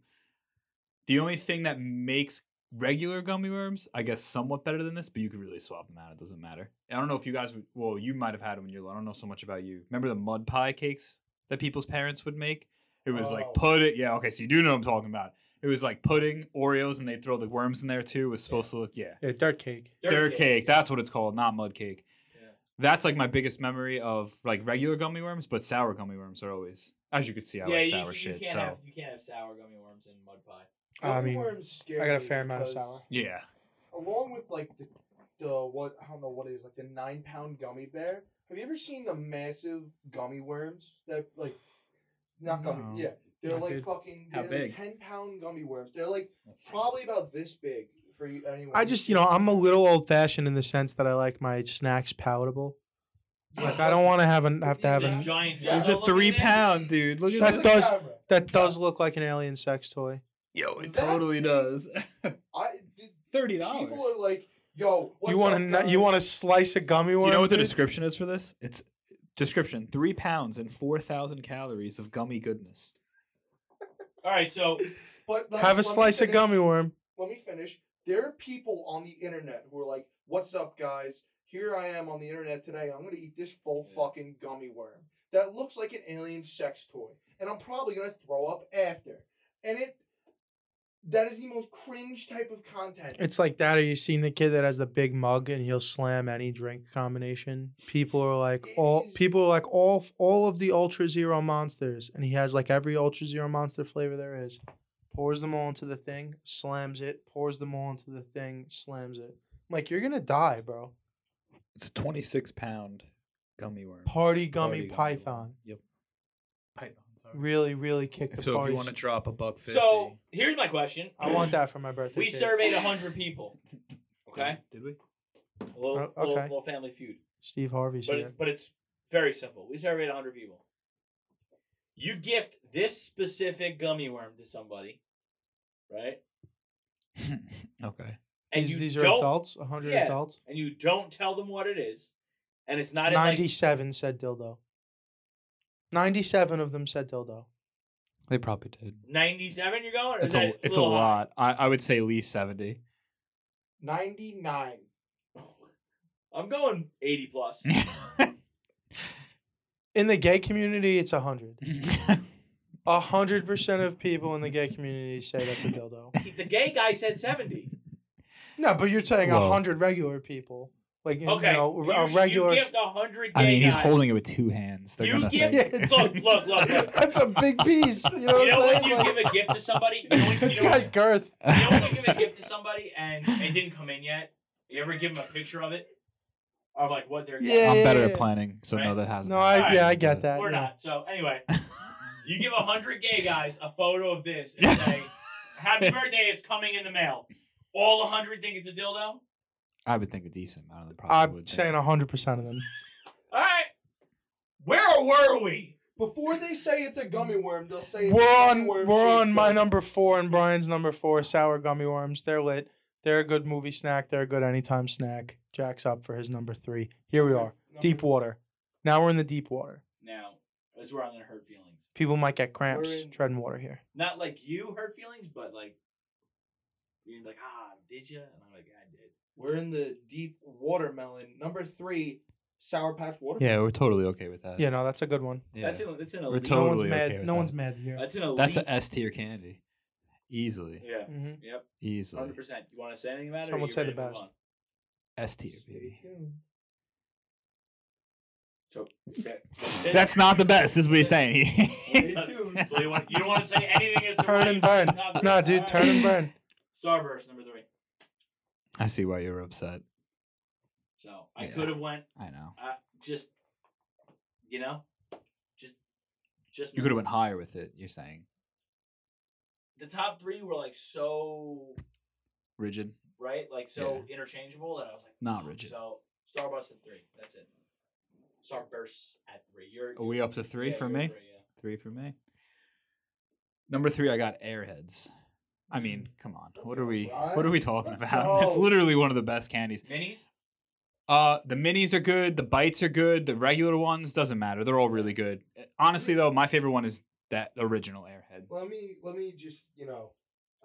Speaker 2: the only thing that makes regular gummy worms, I guess, somewhat better than this, but you could really swap them out. It doesn't matter. And I don't know if you guys, would, well, you might have had them when you. were little. I don't know so much about you. Remember the mud pie cakes that people's parents would make? It was
Speaker 4: Oh.
Speaker 2: like pudding. Yeah, okay, so you do know what I'm talking about. It was like pudding, Oreos, and they'd throw the worms in there too. It was supposed to look, yeah.
Speaker 1: Yeah, dirt cake.
Speaker 2: Dirt, cake. That's what it's called, not mud cake.
Speaker 3: Yeah.
Speaker 2: That's like my biggest memory of like regular gummy worms, but sour gummy worms are always, as you can see, I like
Speaker 3: you,
Speaker 2: sour
Speaker 3: you
Speaker 2: shit.
Speaker 3: can't
Speaker 2: So
Speaker 3: have you can't have sour gummy worms in mud pie.
Speaker 1: I
Speaker 4: Gummy
Speaker 1: mean,
Speaker 4: worms scare
Speaker 1: I got a
Speaker 4: me
Speaker 1: fair amount of
Speaker 4: because
Speaker 1: sour.
Speaker 2: yeah,
Speaker 4: Along with like the, the what I don't know what it is like the nine pound gummy bear. Have you ever seen the massive gummy worms that like not gummy?
Speaker 2: No.
Speaker 4: Yeah, they're
Speaker 1: No,
Speaker 4: like
Speaker 1: dude.
Speaker 4: fucking
Speaker 2: How
Speaker 4: they're like
Speaker 2: big?
Speaker 4: ten pound gummy worms. They're like probably about this big for you. Anyone?
Speaker 1: I just, you know, I'm a little old fashioned in the sense that I like my snacks palatable. Like I don't want to have an have to have
Speaker 3: This
Speaker 1: an.
Speaker 3: giant.
Speaker 4: Yeah.
Speaker 2: it's
Speaker 4: It's a
Speaker 2: a
Speaker 3: yellow-looking
Speaker 2: three
Speaker 3: thing?
Speaker 2: pound dude. Look at
Speaker 1: That
Speaker 2: this.
Speaker 1: does-
Speaker 4: Camera.
Speaker 1: That does look like an alien sex toy.
Speaker 2: Yo, it
Speaker 4: That
Speaker 2: totally
Speaker 4: thing-
Speaker 2: does.
Speaker 4: I did,
Speaker 2: Thirty
Speaker 4: people are like, yo, what's
Speaker 1: you want to
Speaker 4: up,
Speaker 1: nu- you
Speaker 4: guys?"
Speaker 1: want to slice a gummy
Speaker 2: Do
Speaker 1: worm?
Speaker 2: you know what the
Speaker 1: dude?
Speaker 2: description is for this? It's description: three pounds and four thousand calories of gummy goodness.
Speaker 3: All right, so
Speaker 4: But let-
Speaker 1: Have a
Speaker 4: let me
Speaker 1: slice of
Speaker 4: finish.
Speaker 1: gummy worm.
Speaker 4: let me finish. There are people on the internet who are like, "What's up, guys? Here I am on the internet today. I'm gonna eat this full fucking gummy worm that looks like an alien sex toy, and I'm probably gonna throw up after." And it, that is the most cringe type of content.
Speaker 1: It's like that. Or you seen the kid that has the big mug and he'll slam any drink combination. People are like
Speaker 4: It
Speaker 1: all
Speaker 4: is-
Speaker 1: people are like all all of the Ultra Zero monsters, and he has like every Ultra Zero monster flavor there is. Pours them all into the thing, slams it. Pours them all into the thing, slams it. I'm like you're gonna die, bro.
Speaker 2: It's a twenty-six pound gummy worm.
Speaker 1: Party gummy
Speaker 2: Party gummy worm.
Speaker 1: python.
Speaker 2: Yep. Python. Sorry.
Speaker 1: Really, really kick the
Speaker 2: so if
Speaker 1: party.
Speaker 2: you want to drop a buck fifty,
Speaker 3: so here's my question.
Speaker 1: I want that for my birthday.
Speaker 3: We
Speaker 1: cake.
Speaker 3: surveyed hundred people. Okay,
Speaker 2: Did we?
Speaker 3: a
Speaker 2: Uh,
Speaker 3: little,
Speaker 1: Oh,
Speaker 3: little,
Speaker 1: okay.
Speaker 3: little family feud.
Speaker 1: Steve Harvey's
Speaker 3: But
Speaker 1: here.
Speaker 3: it's but it's very simple. We surveyed 100 people. You gift this specific gummy worm to somebody, right?
Speaker 2: okay.
Speaker 3: And
Speaker 1: these,
Speaker 3: you
Speaker 1: these are
Speaker 3: don't,
Speaker 1: adults, 100
Speaker 3: Yeah.
Speaker 1: adults.
Speaker 3: and you don't tell them what it is, and it's not in, like-
Speaker 1: 97 said dildo. 97 of them said dildo.
Speaker 2: They probably did.
Speaker 3: 97. You're going. Or
Speaker 2: It's
Speaker 3: is
Speaker 2: a
Speaker 3: that
Speaker 2: it's a
Speaker 3: little high?
Speaker 2: lot. I, I would say at least seventy.
Speaker 4: Ninety nine.
Speaker 3: I'm going 80 plus.
Speaker 1: In the gay community, it's 100. 100% of people in the gay community say that's a dildo.
Speaker 3: the gay guy said 70.
Speaker 1: No, but you're saying a
Speaker 2: Whoa.
Speaker 1: 100 regular people. Like, you
Speaker 3: Okay,
Speaker 1: know,
Speaker 3: you,
Speaker 1: a
Speaker 3: you
Speaker 1: regular.
Speaker 3: gift 100 gay
Speaker 2: I mean, he's
Speaker 3: guys.
Speaker 2: holding it with two hands. They're
Speaker 3: You
Speaker 2: gonna
Speaker 3: give-
Speaker 2: think.
Speaker 1: Yeah,
Speaker 3: Look, look, look. look.
Speaker 1: that's a big piece. You know,
Speaker 3: You know
Speaker 1: what I'm saying?
Speaker 3: when you
Speaker 1: Like,
Speaker 3: give a gift to somebody, you know when, you
Speaker 1: it's
Speaker 3: know when-
Speaker 1: got girth.
Speaker 3: You know when you give a gift to somebody and it didn't come in yet? You ever give them a picture of it? of like what they're
Speaker 1: Yeah,
Speaker 2: I'm
Speaker 3: getting.
Speaker 2: better
Speaker 1: yeah.
Speaker 2: at planning, so no,
Speaker 3: Right.
Speaker 2: that hasn't.
Speaker 1: No,
Speaker 2: happened.
Speaker 1: I yeah, I get that.
Speaker 3: We're
Speaker 1: yeah.
Speaker 3: not. So anyway, you give a hundred gay guys a photo of this and say, "Happy birthday! It's coming in the mail." All hundred think it's a dildo. All
Speaker 2: I would think a decent amount of them probably
Speaker 1: I'm
Speaker 2: would think.
Speaker 1: saying hundred percent of them.
Speaker 3: right, where were we?
Speaker 4: Before they say it's a gummy worm, they'll say it's a
Speaker 1: We're
Speaker 4: gummy
Speaker 1: on
Speaker 4: worm
Speaker 1: we're
Speaker 4: shaped
Speaker 1: on my
Speaker 4: gummy.
Speaker 1: number four and Brian's number four, sour gummy worms. They're lit. They're a good movie snack. They're a good anytime snack. Jack's up for his number three. Here we are.
Speaker 4: Number-
Speaker 1: Deep water. Now we're in the deep water.
Speaker 3: Now, that's where I'm gonna hurt feelings.
Speaker 1: People might get cramps
Speaker 4: We're in-
Speaker 1: treading water here.
Speaker 3: Not like you hurt feelings, but like you're like, "Ah, did you?" And I'm like, "I did."
Speaker 4: We're in the deep watermelon. Number three, sour patch watermelon.
Speaker 2: Yeah, we're totally okay with that.
Speaker 1: Yeah, no, that's a good one.
Speaker 2: Yeah.
Speaker 3: That's in. That's in a.
Speaker 2: We're
Speaker 1: no one's
Speaker 2: Totally
Speaker 1: mad.
Speaker 2: okay with
Speaker 1: no
Speaker 2: that.
Speaker 1: one's mad here.
Speaker 3: That's an elite.
Speaker 2: That's an S tier candy, easily,
Speaker 3: yeah.
Speaker 1: hmm
Speaker 3: Yep.
Speaker 2: easily
Speaker 3: Hundred percent. You want to say anything about it? or
Speaker 1: Someone
Speaker 3: you
Speaker 1: say
Speaker 3: ready
Speaker 1: the
Speaker 3: to move
Speaker 1: best.
Speaker 3: on?
Speaker 2: S tier.
Speaker 4: Stay
Speaker 2: baby.
Speaker 4: tuned.
Speaker 3: So,
Speaker 2: That's not the best, is what he's saying.
Speaker 4: Stay
Speaker 3: So
Speaker 4: tuned.
Speaker 3: you, want, you don't want to say anything as to
Speaker 1: Turn
Speaker 3: what
Speaker 1: and
Speaker 3: you
Speaker 1: burn.
Speaker 2: Uh,
Speaker 3: talked
Speaker 1: Nah,
Speaker 3: about.
Speaker 4: uh,
Speaker 1: dude, turn and burn.
Speaker 3: Starburst number three.
Speaker 2: I see why you were upset.
Speaker 3: So I
Speaker 2: Yeah.
Speaker 3: could have went
Speaker 2: I know.
Speaker 3: uh, just, you know, just, just.
Speaker 2: You could have went higher with it. You're saying
Speaker 3: The top three were like so
Speaker 2: rigid.
Speaker 3: right, like so interchangeable that I was like,
Speaker 2: Not
Speaker 3: "Fuck."
Speaker 2: rigid.
Speaker 3: So Starburst at three. That's it. Starburst at three. You're.
Speaker 2: Are we up to three
Speaker 3: yeah,
Speaker 2: for
Speaker 3: you're
Speaker 2: me?
Speaker 3: three, yeah.
Speaker 2: Three for me. Number three, I got Airheads. I
Speaker 1: Mm.
Speaker 2: mean, come on.
Speaker 3: Let's
Speaker 2: What are
Speaker 3: go.
Speaker 2: we?
Speaker 4: Alright.
Speaker 2: What are we talking
Speaker 4: Let's
Speaker 2: about? It's
Speaker 4: go.
Speaker 2: literally one of the best candies.
Speaker 3: Minis.
Speaker 2: Uh, the minis are good. The bites are good. The regular ones doesn't matter. They're all really good. Eh, Honestly, though, my favorite one is that original Airhead.
Speaker 4: Let me let me just you know,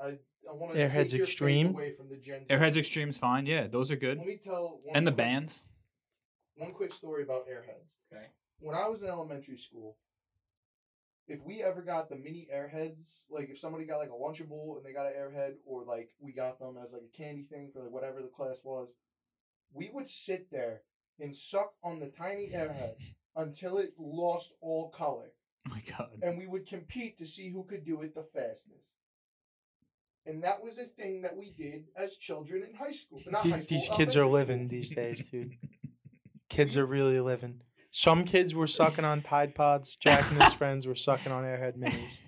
Speaker 4: I I want to
Speaker 1: Airheads
Speaker 4: take your faith
Speaker 1: Extreme?
Speaker 4: away from the Gen Z.
Speaker 2: Airheads Extreme's fine. Yeah, those are
Speaker 4: Let
Speaker 2: good.
Speaker 4: me tell one
Speaker 2: And the
Speaker 4: quick-
Speaker 2: bands.
Speaker 4: One quick story about Airheads.
Speaker 3: Okay.
Speaker 4: When I was in elementary school, if we ever got the mini Airheads, like if somebody got like a Lunchable and they got an Airhead, or like we got them as like a candy thing for like whatever the class was, we would sit there and suck on the tiny Airhead until it lost all color.
Speaker 2: Oh my god.
Speaker 4: and we would compete to see who could do it the fastest. And that was a thing that we did as children in high school. Not high
Speaker 1: The-
Speaker 4: school,
Speaker 1: these kids are
Speaker 4: elementary
Speaker 1: living
Speaker 4: school.
Speaker 1: these days, dude. Kids are really living. Some kids were sucking on Tide Pods. Jack and his friends were sucking on Airhead Minis.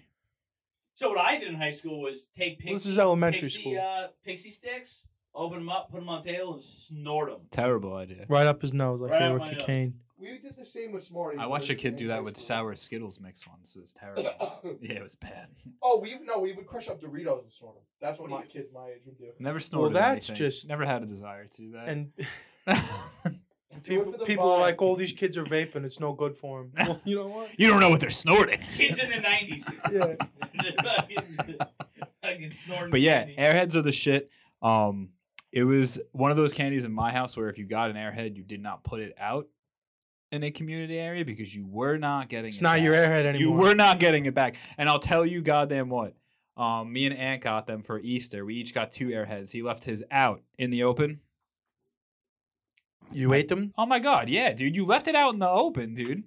Speaker 3: So what I did in high school was take
Speaker 1: Well, this
Speaker 3: pictures.
Speaker 1: is elementary
Speaker 3: pixie,
Speaker 1: school.
Speaker 3: Uh, pixie sticks, open them up, put them on the table, and snort them.
Speaker 2: Terrible idea.
Speaker 1: Right up his nose, like
Speaker 3: Right
Speaker 1: they
Speaker 3: up
Speaker 1: were
Speaker 3: my nose.
Speaker 1: cocaine.
Speaker 4: We did the same with Smarties.
Speaker 2: I
Speaker 4: when
Speaker 2: watched a
Speaker 4: we were
Speaker 2: kid
Speaker 4: in
Speaker 2: do
Speaker 4: high
Speaker 2: that with
Speaker 4: school.
Speaker 2: sour Skittles mix once. It was terrible. yeah, it was bad.
Speaker 4: oh, we no, we would crush up Doritos and snort them. That's what my kids my age would do.
Speaker 2: Never snorted.
Speaker 1: that's
Speaker 2: anything.
Speaker 1: just-
Speaker 2: never had a desire to do that.
Speaker 1: And
Speaker 4: Do it
Speaker 1: people,
Speaker 4: for the
Speaker 1: people are
Speaker 4: vibe.
Speaker 1: like, "All these kids are vaping. It's no good for them." Well, you know what?
Speaker 2: you don't know what they're snorting.
Speaker 3: Kids in the nineties.
Speaker 1: Yeah.
Speaker 3: Fucking snorting.
Speaker 2: But yeah,
Speaker 3: candy.
Speaker 2: airheads are the shit. Um, it was one of those candies in my house where if you got an airhead, you did not put it out in a community area because you were not getting.
Speaker 1: It's
Speaker 2: it
Speaker 1: not your
Speaker 2: back.
Speaker 1: airhead anymore.
Speaker 2: You were not getting it back, and I'll tell you, goddamn what. Um, me and Aunt got them for Easter. We each got two airheads. He left his out in the open.
Speaker 1: You ate them?
Speaker 2: Oh my god, yeah, dude, you left it out in the open, dude.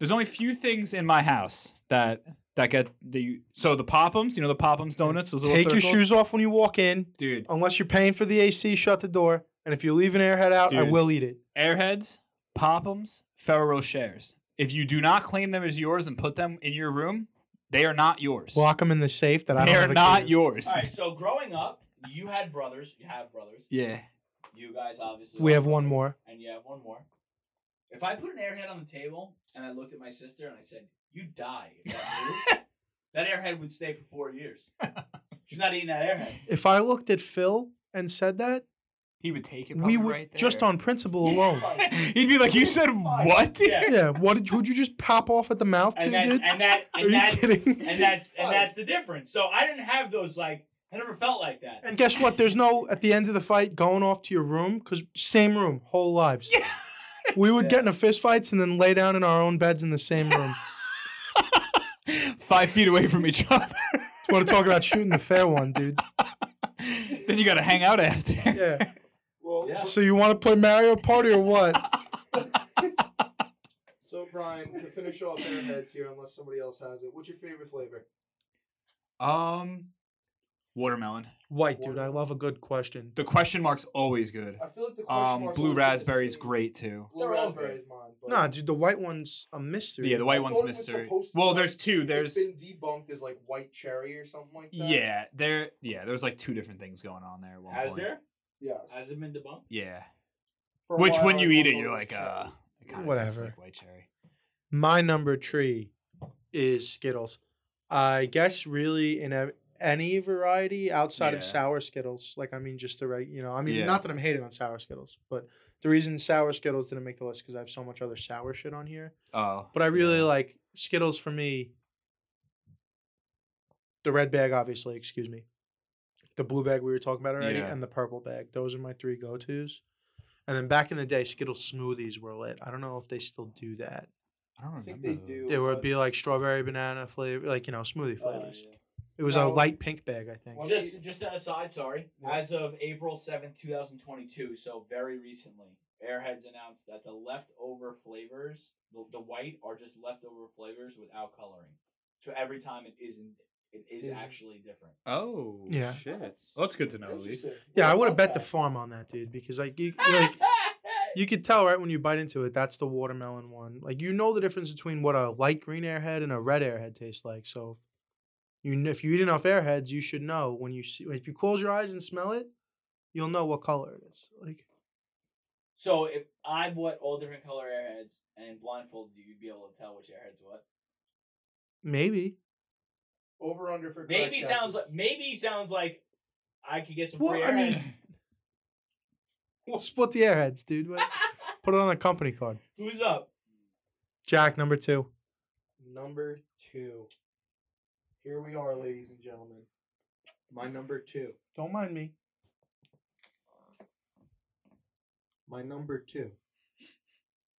Speaker 2: There's only few things in my house that that get the so the Pop'ems, you know the Pop'ems donuts. Those little
Speaker 1: Take your
Speaker 2: circles?
Speaker 1: shoes off when you walk in.
Speaker 2: dude.
Speaker 1: Unless you're paying for the AC, shut the door. And if you leave an airhead out, I
Speaker 2: Dude.
Speaker 1: will eat it.
Speaker 2: Airheads, Pop'ems, Ferrero Rochers. If you do not claim them as yours and put them in your room, they are not yours.
Speaker 1: Lock them in the safe that I
Speaker 2: they
Speaker 1: don't
Speaker 2: are
Speaker 1: have a
Speaker 2: not
Speaker 1: key to.
Speaker 2: yours.
Speaker 3: All right. So growing up, you had brothers. You have brothers.
Speaker 2: Yeah,
Speaker 3: You guys obviously.
Speaker 1: We
Speaker 3: are
Speaker 1: have one
Speaker 3: brothers,
Speaker 1: more.
Speaker 3: And you have one more. If I put an airhead on the table and I looked at my sister and I said, "You die," if that, moves," that airhead would stay for four years. She's not eating that airhead.
Speaker 1: If I looked at Phil and said that,
Speaker 2: he would take it.
Speaker 1: we would just on principle alone.
Speaker 2: He'd be like, "You said what?"
Speaker 3: Yeah.
Speaker 1: yeah, what did would you just pop off at the mouth to,
Speaker 3: And that,
Speaker 1: dude?
Speaker 3: and that,
Speaker 1: Are
Speaker 3: and that,
Speaker 1: you kidding?
Speaker 3: and that's
Speaker 4: It's
Speaker 3: and
Speaker 4: fun.
Speaker 3: that's the difference. So I didn't have those like I never felt like that.
Speaker 1: And guess what? There's no at the end of the fight going off to your room because same room, whole lives. We would get into fistfights and then lay down in our own beds in the same room.
Speaker 2: Five feet away from each other.
Speaker 1: Want to talk about shooting the fair one, dude?
Speaker 2: then you got to hang out after.
Speaker 1: Yeah. "Oh,
Speaker 4: Well,
Speaker 3: Yeah.
Speaker 1: So you want to play Mario Party or what?
Speaker 4: so Brian, to finish off Airheads here, unless somebody else has it, what's your favorite flavor?
Speaker 2: Um, Watermelon.
Speaker 1: White, dude. I love a good question.
Speaker 2: The question mark's always good.
Speaker 4: I feel like Uh, the question
Speaker 2: Um,
Speaker 4: mark's
Speaker 2: blue
Speaker 4: always been the
Speaker 2: raspberry's
Speaker 4: same.
Speaker 2: great too.
Speaker 4: Blue
Speaker 3: They're all
Speaker 4: raspberry
Speaker 3: great.
Speaker 4: is mine. But
Speaker 1: Nah, dude. The white one's a mystery.
Speaker 2: Yeah, the
Speaker 4: I
Speaker 2: white one's
Speaker 4: thought oh, it was
Speaker 2: mystery.
Speaker 4: supposed to
Speaker 2: Well,
Speaker 4: be
Speaker 2: there's two. There's
Speaker 4: it's been debunked as like white cherry or something like that.
Speaker 2: yeah, there yeah, there's like two different things going on there. At one
Speaker 3: Has
Speaker 2: point.
Speaker 3: there?
Speaker 4: Yeah.
Speaker 3: Has it been debunked?
Speaker 2: Yeah.
Speaker 4: For a
Speaker 2: Which
Speaker 4: while,
Speaker 2: when you
Speaker 4: I
Speaker 2: eat
Speaker 4: thought
Speaker 2: it, you're
Speaker 4: was
Speaker 2: like,
Speaker 4: cherry.
Speaker 2: uh, it kind of tastes
Speaker 1: Whatever.
Speaker 2: like white cherry.
Speaker 1: My number three is Skittles. I guess really in a, any variety outside of
Speaker 2: Yeah.
Speaker 1: sour Skittles. Like I mean, just the right. You know, I mean,
Speaker 2: Yeah.
Speaker 1: not that I'm hating on sour Skittles, but the reason sour Skittles didn't make the list because I have so much other sour shit on here.
Speaker 2: Oh,
Speaker 1: But I really
Speaker 2: yeah.
Speaker 1: like Skittles for me. The red bag, obviously. Excuse me. The blue bag we were talking about already,
Speaker 2: Yeah.
Speaker 1: and the purple bag. Those are my three go tos. And then back in the day, Skittles smoothies were lit. I don't know if they still do that.
Speaker 2: I don't
Speaker 4: I
Speaker 2: remember.
Speaker 4: think they
Speaker 2: those.
Speaker 4: do.
Speaker 1: It would
Speaker 4: but
Speaker 1: be like strawberry banana flavor, like you know smoothie
Speaker 3: Uh,
Speaker 1: flavors.
Speaker 3: yeah.
Speaker 1: It was
Speaker 4: That
Speaker 1: a
Speaker 4: was-
Speaker 1: light pink bag, I think.
Speaker 4: Well,
Speaker 3: Just just an aside, sorry.
Speaker 4: Yeah.
Speaker 3: As of April seventh, two 2022, so very recently, Airheads announced that the leftover flavors, the, the white are just leftover flavors without coloring. So every time it isn't it is
Speaker 4: Isn't.
Speaker 3: actually different.
Speaker 2: Oh,
Speaker 1: Yeah.
Speaker 2: shit. Well, that's good to know, at least.
Speaker 4: Interesting.
Speaker 1: Yeah, I
Speaker 4: love
Speaker 1: would have bet the
Speaker 4: that.
Speaker 1: farm on that, dude, because like you, like you could tell right when you bite into it, that's the watermelon one. Like you know the difference between what a light green airhead and a red airhead tastes like. So you kn- if you eat enough airheads, you should know when you see if you close your eyes and smell it, you'll know what color it is. Like
Speaker 3: so if I bought all different color Airheads and blindfolded you, you'd be able to tell which Airheads what.
Speaker 1: maybe.
Speaker 4: Over under for
Speaker 3: Maybe
Speaker 4: correct
Speaker 3: sounds like
Speaker 4: guesses.
Speaker 3: maybe sounds like I could get some free
Speaker 1: Well, I
Speaker 3: Airheads.
Speaker 1: mean, we'll split the airheads, dude. But put it on a company card.
Speaker 3: Who's up?
Speaker 1: Jack number two.
Speaker 4: number two. Here we are, ladies and gentlemen. My number two.
Speaker 1: Don't mind me.
Speaker 4: My number two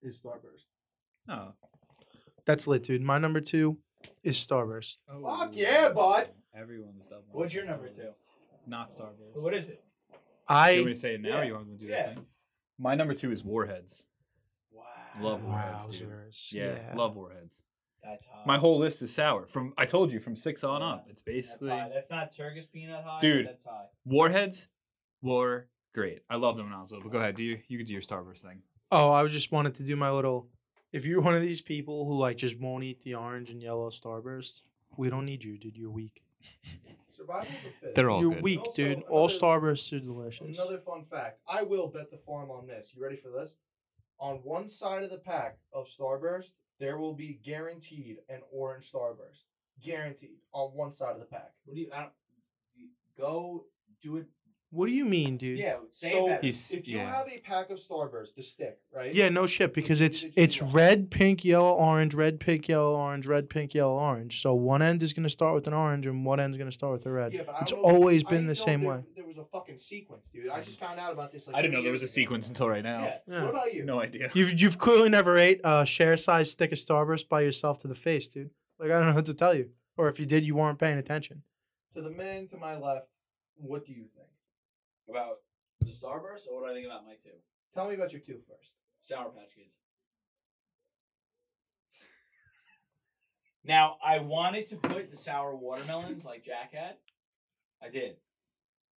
Speaker 4: is Starburst.
Speaker 2: Oh.
Speaker 1: That's lit, dude. My number two is Starburst.
Speaker 2: Oh.
Speaker 4: Fuck yeah, bud.
Speaker 5: Everyone's double.
Speaker 3: What's your number two?
Speaker 2: Not Starburst.
Speaker 3: What is it?
Speaker 2: You want
Speaker 1: I
Speaker 2: me to say it now? or
Speaker 3: Yeah.
Speaker 2: You want me to do
Speaker 3: Yeah.
Speaker 2: that thing? My number two is Warheads.
Speaker 3: Wow.
Speaker 2: Love warheads, dude.
Speaker 1: Wowzers.
Speaker 2: Yeah, love Warheads.
Speaker 3: That's hot.
Speaker 2: My whole list is sour. From I told you, from six on up,
Speaker 3: That's
Speaker 2: it's basically
Speaker 3: high. That's not Turkish peanut high.
Speaker 2: Dude.
Speaker 3: Dude, that's high.
Speaker 2: Warheads were great. I loved them when I was little. But go ahead, do you? You could do your Starburst thing.
Speaker 1: Oh, I was just wanted to do my little. If you're one of these people who like just won't eat the orange and yellow Starburst, we don't need you, dude. You're weak.
Speaker 4: Survival of the fittest.
Speaker 2: They're all
Speaker 1: you're
Speaker 2: good.
Speaker 1: weak,
Speaker 4: Also,
Speaker 1: dude. All
Speaker 4: another-
Speaker 1: Starbursts are delicious.
Speaker 4: Another fun fact. I will bet the farm on this. You ready for this? On one side of the pack of Starburst, there will be guaranteed an orange Starburst. Guaranteed. On one side of the pack.
Speaker 3: What do you? I don't, you go do it.
Speaker 1: What do you mean, dude?
Speaker 3: Yeah, say
Speaker 4: So-
Speaker 3: it better.
Speaker 2: He's
Speaker 4: If you
Speaker 2: yeah.
Speaker 4: have a pack of Starburst, the stick, right?
Speaker 1: Yeah, no shit, because it's
Speaker 4: Individual
Speaker 1: it's
Speaker 4: ones.
Speaker 1: red, pink, yellow, orange, red, pink, yellow, orange, red, pink, yellow, orange. So one end is gonna start with an orange and one end's gonna start with a red.
Speaker 4: Yeah, but I
Speaker 1: it's
Speaker 4: don't know-
Speaker 1: always
Speaker 4: I
Speaker 1: been
Speaker 4: didn't
Speaker 1: the
Speaker 4: know
Speaker 1: same
Speaker 4: there-
Speaker 1: way. Mm.
Speaker 4: There was a fucking sequence, dude. I just found out about this. Like
Speaker 2: I didn't know
Speaker 4: three
Speaker 2: there was a
Speaker 4: years ago.
Speaker 2: sequence until right now.
Speaker 4: Yeah.
Speaker 1: Yeah.
Speaker 4: What about you?
Speaker 2: No idea.
Speaker 1: You've you've clearly never ate a share size stick of Starburst by yourself to the face, dude. Like I don't know what to tell you. Or if you did, you weren't paying attention.
Speaker 4: To the man to my left, what do you think?
Speaker 3: about the Starburst, or what do I think about my two
Speaker 4: Tell me about your two first.
Speaker 3: Sour Patch Kids? Now I wanted to put the sour watermelons like Jack had. I did,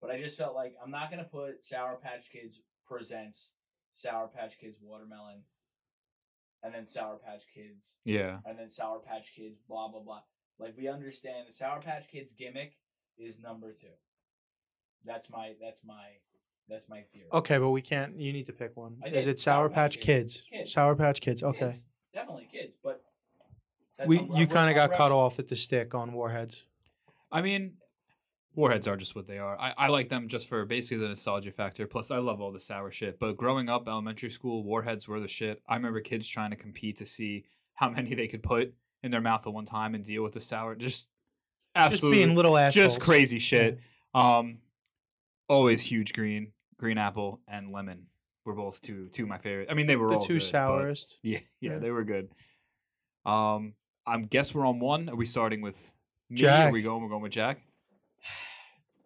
Speaker 3: but I just felt like I'm not gonna put Sour Patch Kids presents Sour Patch Kids watermelon, and then Sour Patch Kids
Speaker 2: Yeah.
Speaker 3: and then Sour Patch Kids, blah blah blah. Like we understand the Sour Patch Kids gimmick is number two. That's my that's my that's my theory.
Speaker 1: Okay, but we can't. You need to pick one.
Speaker 3: I
Speaker 1: Is
Speaker 3: did.
Speaker 1: it Sour Patch Kids?
Speaker 3: Kids.
Speaker 1: Sour Patch Kids. Okay.
Speaker 3: Kids, definitely kids, but that's
Speaker 1: We
Speaker 3: I'm-
Speaker 1: you
Speaker 3: I'm-
Speaker 1: kind of
Speaker 3: I'm
Speaker 1: got
Speaker 3: rep-
Speaker 1: cut off at the stick on Warheads.
Speaker 2: I mean, Warheads are just what they are. I, I like them just for basically the nostalgia factor. Plus, I love all the sour shit. But growing up, elementary school, Warheads were the shit. I remember kids trying to compete to see how many they could put in their mouth at one time and deal with the sour. Just absolutely,
Speaker 1: Just being little
Speaker 2: just,
Speaker 1: assholes.
Speaker 2: crazy shit. Um, always huge green, green apple, and lemon were both two two of my favorite. I mean, they were
Speaker 1: The
Speaker 2: all
Speaker 1: two
Speaker 2: good, but-
Speaker 1: sourest.
Speaker 2: yeah, yeah,
Speaker 1: Yeah.
Speaker 2: they were good. Um, I guess we're on one. Are we starting with me? Are
Speaker 1: Jack.
Speaker 2: we going? We're going with Jack.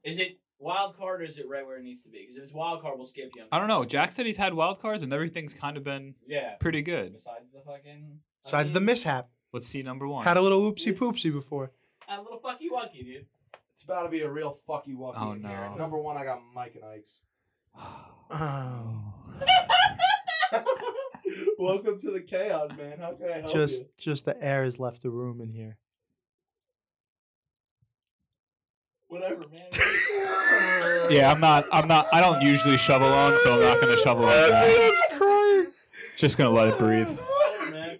Speaker 3: Is it wild card or is it right where it needs to be? Because if it's wild card, we'll skip you.
Speaker 2: I don't know. Jack said he's had wild cards and everything's kind of been
Speaker 3: Yeah.
Speaker 2: pretty good.
Speaker 3: Besides the fucking.
Speaker 1: Besides the
Speaker 3: mean,
Speaker 1: mishap,
Speaker 2: Let's see number one.
Speaker 1: had a little oopsie
Speaker 4: It's-
Speaker 1: poopsie before.
Speaker 3: A little fucky wucky, dude.
Speaker 7: It's about to be a real fucky wucky
Speaker 2: Oh,
Speaker 7: in here.
Speaker 2: no.
Speaker 7: Number one, I got Mike and Ike's.
Speaker 1: Oh,
Speaker 7: Welcome to the chaos, man. How can I help
Speaker 1: just
Speaker 7: you?
Speaker 1: just the air has left the room in here.
Speaker 7: Whatever, man.
Speaker 2: Yeah, I'm not. I'm not. I don't usually shovel on, so I'm not gonna shovel on. That. Just gonna let it breathe.
Speaker 3: Man.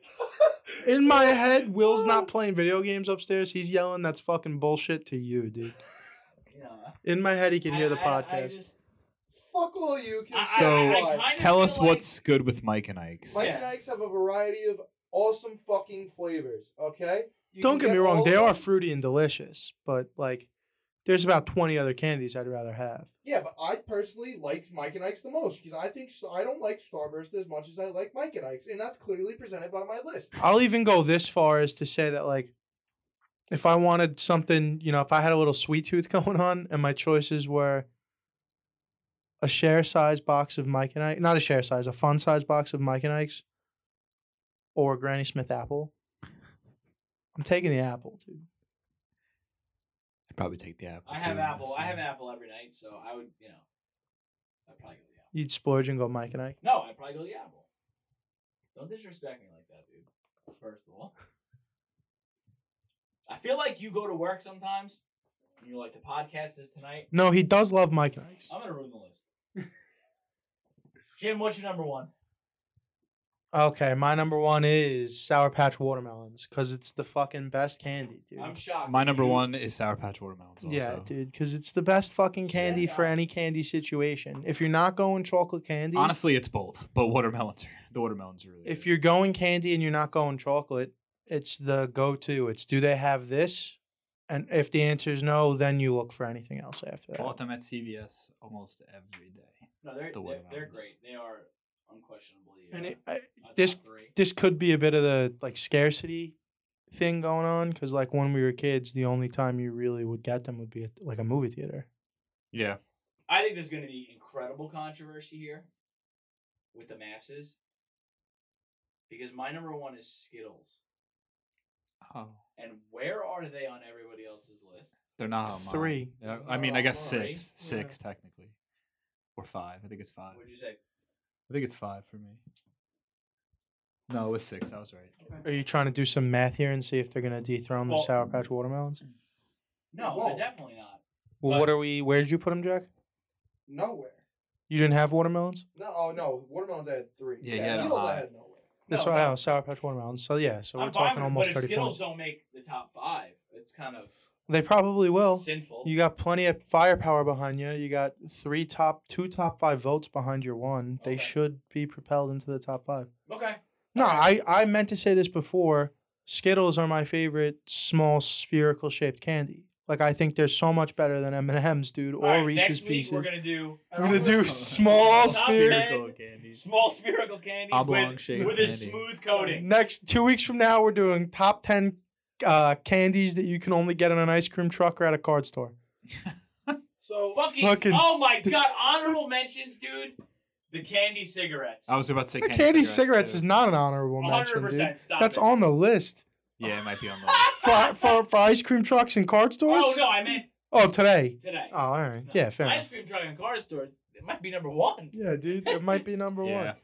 Speaker 1: In my head, Will's not playing video games upstairs. He's yelling, "That's fucking bullshit" to you, dude.
Speaker 3: Yeah.
Speaker 1: In my head, he can hear the
Speaker 3: I- I- I
Speaker 1: podcast.
Speaker 3: just-
Speaker 7: Fuck all you.
Speaker 3: I- I-
Speaker 7: kiss
Speaker 2: So,
Speaker 7: my
Speaker 3: I
Speaker 7: butt.
Speaker 3: kinda
Speaker 2: Tell
Speaker 3: feel
Speaker 2: us
Speaker 3: like-
Speaker 2: what's good with Mike and Ike's.
Speaker 7: Mike
Speaker 3: Yeah.
Speaker 7: and Ike's have a variety of awesome fucking flavors. Okay. You
Speaker 1: Don't
Speaker 7: can
Speaker 1: get me wrong;
Speaker 7: all
Speaker 1: they
Speaker 7: of
Speaker 1: are
Speaker 7: them.
Speaker 1: fruity and delicious, but like, there's about twenty other candies I'd rather have.
Speaker 7: Yeah, but I personally like Mike and Ike's the most because I think so- I don't like Starburst as much as I like Mike and Ike's, and that's clearly presented by my list.
Speaker 1: I'll even go this far as to say that like if I wanted something, you know, if I had a little sweet tooth going on and my choices were a share size box of Mike and Ike, not a share size, a fun size box of Mike and Ike's or a Granny Smith apple. I'm taking the apple, dude.
Speaker 2: I'd probably take the apple.
Speaker 3: I have
Speaker 2: too,
Speaker 3: Apple. I
Speaker 2: honestly.
Speaker 3: have Apple every night, so I would, you know, I'd probably go with the Apple.
Speaker 1: You'd splurge and go Mike and Ike.
Speaker 3: No, I'd probably go with the Apple. Don't disrespect me like that, dude. First of all, I feel like you go to work sometimes, and you're like, the podcast is tonight.
Speaker 1: No, he does love Mike and Ike's.
Speaker 3: I'm gonna ruin the list. Jim, what's your number one?
Speaker 1: Okay, my number one is Sour Patch Watermelons because it's the fucking best candy, dude.
Speaker 3: I'm shocked.
Speaker 2: My number
Speaker 3: You-
Speaker 2: one is Sour Patch Watermelons. Also.
Speaker 1: Yeah, dude, because it's the best fucking
Speaker 3: Stand
Speaker 1: candy for
Speaker 3: up.
Speaker 1: any candy situation. If you're not going chocolate candy,
Speaker 2: Honestly, it's both, but watermelons. Are, the watermelons are really.
Speaker 1: if
Speaker 2: good.
Speaker 1: you're going candy and you're not going chocolate, it's the go-to. It's do they have this? And if the answer is no, then you look for anything else after that.
Speaker 2: bought them at CVS almost every day.
Speaker 3: No, they're they're,
Speaker 2: The
Speaker 3: they're
Speaker 2: watermelons.
Speaker 3: great. They are unquestionably. Uh,
Speaker 1: And it, I,
Speaker 3: a top
Speaker 1: this
Speaker 3: three.
Speaker 1: this could be a bit of the like scarcity thing going on because like when we were kids, the only time you really would get them would be at like a movie theater.
Speaker 2: Yeah,
Speaker 3: I think there's going to be incredible controversy here with the masses because my number one is Skittles,
Speaker 2: oh,
Speaker 3: and where are they on everybody else's list?
Speaker 2: they're not on mine.
Speaker 1: Three.
Speaker 2: Yeah, I mean, I guess
Speaker 3: Three?
Speaker 2: six, six technically, or five. I think it's
Speaker 1: Uh,
Speaker 2: five.
Speaker 3: Would you say?
Speaker 2: I think it's five for me. No, it was six. I was right.
Speaker 1: Are you trying to do some math here and see if they're gonna dethrone the
Speaker 3: Well-
Speaker 1: Sour Patch Watermelons?
Speaker 3: No,
Speaker 7: Whoa.
Speaker 3: they're definitely not.
Speaker 1: Well,
Speaker 3: But-
Speaker 1: what are we? Where did you put them, Jack?
Speaker 7: Nowhere.
Speaker 1: You didn't have watermelons?
Speaker 7: No, oh no, watermelons I had three. Yeah,
Speaker 2: Yeah, you had a
Speaker 7: Skittles I
Speaker 2: lot.
Speaker 7: had nowhere.
Speaker 1: That's
Speaker 3: No,
Speaker 1: why I
Speaker 3: no.
Speaker 1: have Sour Patch watermelons. So yeah, so we're
Speaker 3: I'm fine
Speaker 1: talking
Speaker 3: with it,
Speaker 1: almost
Speaker 3: but if
Speaker 1: thirty
Speaker 3: Skittles
Speaker 1: points.
Speaker 3: don't make the top five, it's kind of
Speaker 1: They probably will.
Speaker 3: sinful.
Speaker 1: You got plenty of firepower behind you. You got three top, two top five votes behind your one. They
Speaker 3: Okay.
Speaker 1: should be propelled into the top five.
Speaker 3: okay.
Speaker 1: No,
Speaker 3: Okay.
Speaker 1: I I meant to say this before. Skittles are my favorite small spherical shaped candy. Like I think they're so much better than M and M's, dude, or
Speaker 3: All right,
Speaker 1: Reese's
Speaker 3: next week
Speaker 1: Pieces.
Speaker 3: we're gonna do
Speaker 1: We're gonna do small
Speaker 3: Top
Speaker 1: sphere.
Speaker 3: ten
Speaker 2: candies.
Speaker 3: small spherical candies
Speaker 2: Oblong
Speaker 3: with,
Speaker 2: shaped
Speaker 3: with a
Speaker 2: candy.
Speaker 3: smooth coating.
Speaker 1: Next two weeks from now, we're doing top ten uh, candies that you can only get in an ice cream truck or at a card store.
Speaker 7: So
Speaker 3: Fucking,
Speaker 1: Fucking-
Speaker 3: oh my god! Honorable mentions, dude. The candy cigarettes.
Speaker 2: I was about to say
Speaker 1: The candy cigarettes
Speaker 2: too.
Speaker 1: is not an honorable mention,
Speaker 3: 100%.
Speaker 1: dude.
Speaker 3: Stop
Speaker 1: That's
Speaker 3: it.
Speaker 1: on the list
Speaker 2: Yeah, it might be on the.
Speaker 1: for, for for ice cream trucks and card stores.
Speaker 3: Oh no, I meant
Speaker 1: Oh, today.
Speaker 3: today.
Speaker 1: Oh, all right.
Speaker 3: No.
Speaker 1: Yeah, fair
Speaker 3: Ice
Speaker 1: enough.
Speaker 3: cream truck and car store. It might be number one.
Speaker 1: Yeah, dude, it might be number
Speaker 2: yeah,
Speaker 1: one.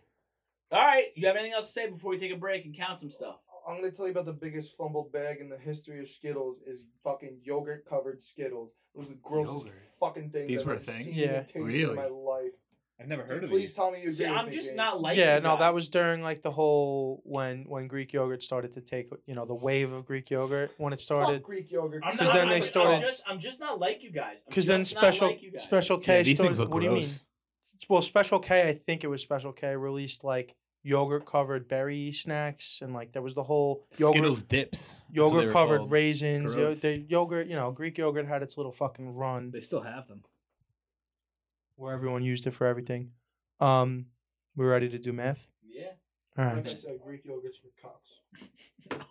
Speaker 3: All right. You have anything else to say before we take a break and count some stuff?
Speaker 7: I'm gonna tell you about the biggest fumbled bag in the history of Skittles is fucking yogurt covered Skittles. It was the grossest
Speaker 2: Yogurt.
Speaker 7: fucking thing
Speaker 2: These
Speaker 7: I've
Speaker 2: were a
Speaker 7: ever
Speaker 2: thing?
Speaker 7: seen
Speaker 1: Yeah.
Speaker 7: and tasted
Speaker 2: Really?
Speaker 7: in my life.
Speaker 2: I've never
Speaker 7: Dude, please tell me you agree
Speaker 3: See,
Speaker 7: with
Speaker 3: I'm
Speaker 7: me,
Speaker 3: just
Speaker 7: James.
Speaker 3: not like.
Speaker 1: Yeah,
Speaker 3: you
Speaker 1: no,
Speaker 3: guys.
Speaker 1: that was during like the whole when when Greek yogurt started to take, you know, the wave of Greek yogurt when it started.
Speaker 7: Fuck Greek yogurt.
Speaker 3: I'm
Speaker 1: 'Cause
Speaker 3: not-
Speaker 1: then
Speaker 3: I'm
Speaker 1: they
Speaker 3: not-
Speaker 1: started-
Speaker 3: I'm just, I'm just not like you guys. I'm
Speaker 1: Because then
Speaker 3: just not
Speaker 1: special
Speaker 3: like you guys.
Speaker 1: special K
Speaker 2: Yeah, these
Speaker 1: started-
Speaker 2: things look
Speaker 1: What do you mean?
Speaker 2: gross.
Speaker 1: well, Special K, I think it was Special K, released like yogurt covered berry snacks and like there was the whole yogurt
Speaker 2: Skittles dips. That's what they
Speaker 1: yogurt
Speaker 2: were
Speaker 1: covered
Speaker 2: called.
Speaker 1: raisins. Yo-
Speaker 2: Gross.
Speaker 1: the yogurt, you know, Greek yogurt had its little fucking run
Speaker 5: They still have them.
Speaker 1: where everyone used it for everything. Um, we ready to do math?
Speaker 3: Yeah.
Speaker 1: All
Speaker 7: Like I
Speaker 1: right.
Speaker 7: said, Greek yogurt's for cocks.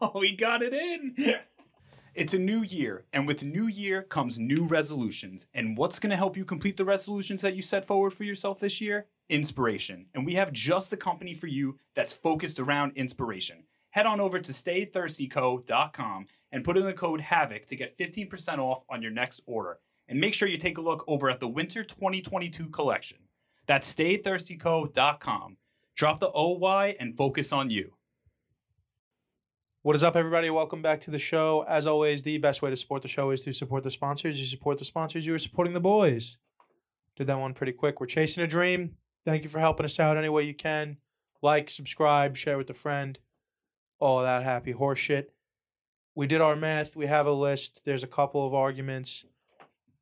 Speaker 2: Oh, he got it in.
Speaker 8: It's a new year, and with new year comes new resolutions. And what's going to help you complete the resolutions that you set forward for yourself this year? Inspiration. And we have just the company for you that's focused around inspiration. head on over to staythirstyco.com and put in the code HAVOC to get 15% off on your next order. And make sure you take a look over at the Winter 2022 collection. That's staythirstyco.com. Drop the OY and focus on you.
Speaker 1: What is up, everybody? Welcome back to the show. As always, the best way to support the show is to support the sponsors. You support the sponsors, you are supporting the boys. Did that one pretty quick. We're chasing a dream. Thank you for helping us out any way you can. Like, subscribe, share with a friend. All that happy horse shit. We did our math. We have a list. There's a couple of arguments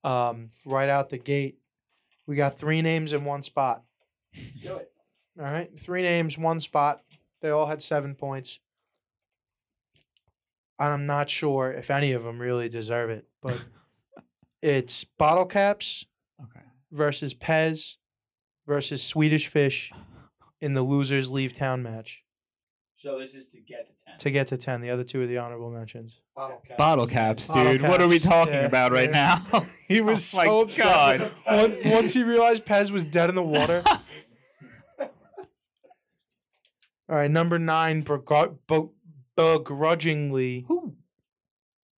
Speaker 1: um, right out the gate. We got three names in one spot.
Speaker 3: Do it.
Speaker 1: All right. Three names, one spot. They all had seven points. And I'm not sure if any of them really deserve it, but it's bottle caps
Speaker 2: Okay.
Speaker 1: versus Pez versus Swedish Fish in the losers leave town match
Speaker 3: So this is to get to ten.
Speaker 1: to get to 10. The other two are the honorable mentions.
Speaker 7: Bottle cap.
Speaker 2: Bottle caps, Oh dude.
Speaker 1: Bottle
Speaker 2: What are we
Speaker 1: caps,
Speaker 2: talking
Speaker 1: yeah,
Speaker 2: about right now?
Speaker 1: He was so upset. Once, once he realized Pez was dead in the water. All right, number nine, begru- bu- begrudgingly,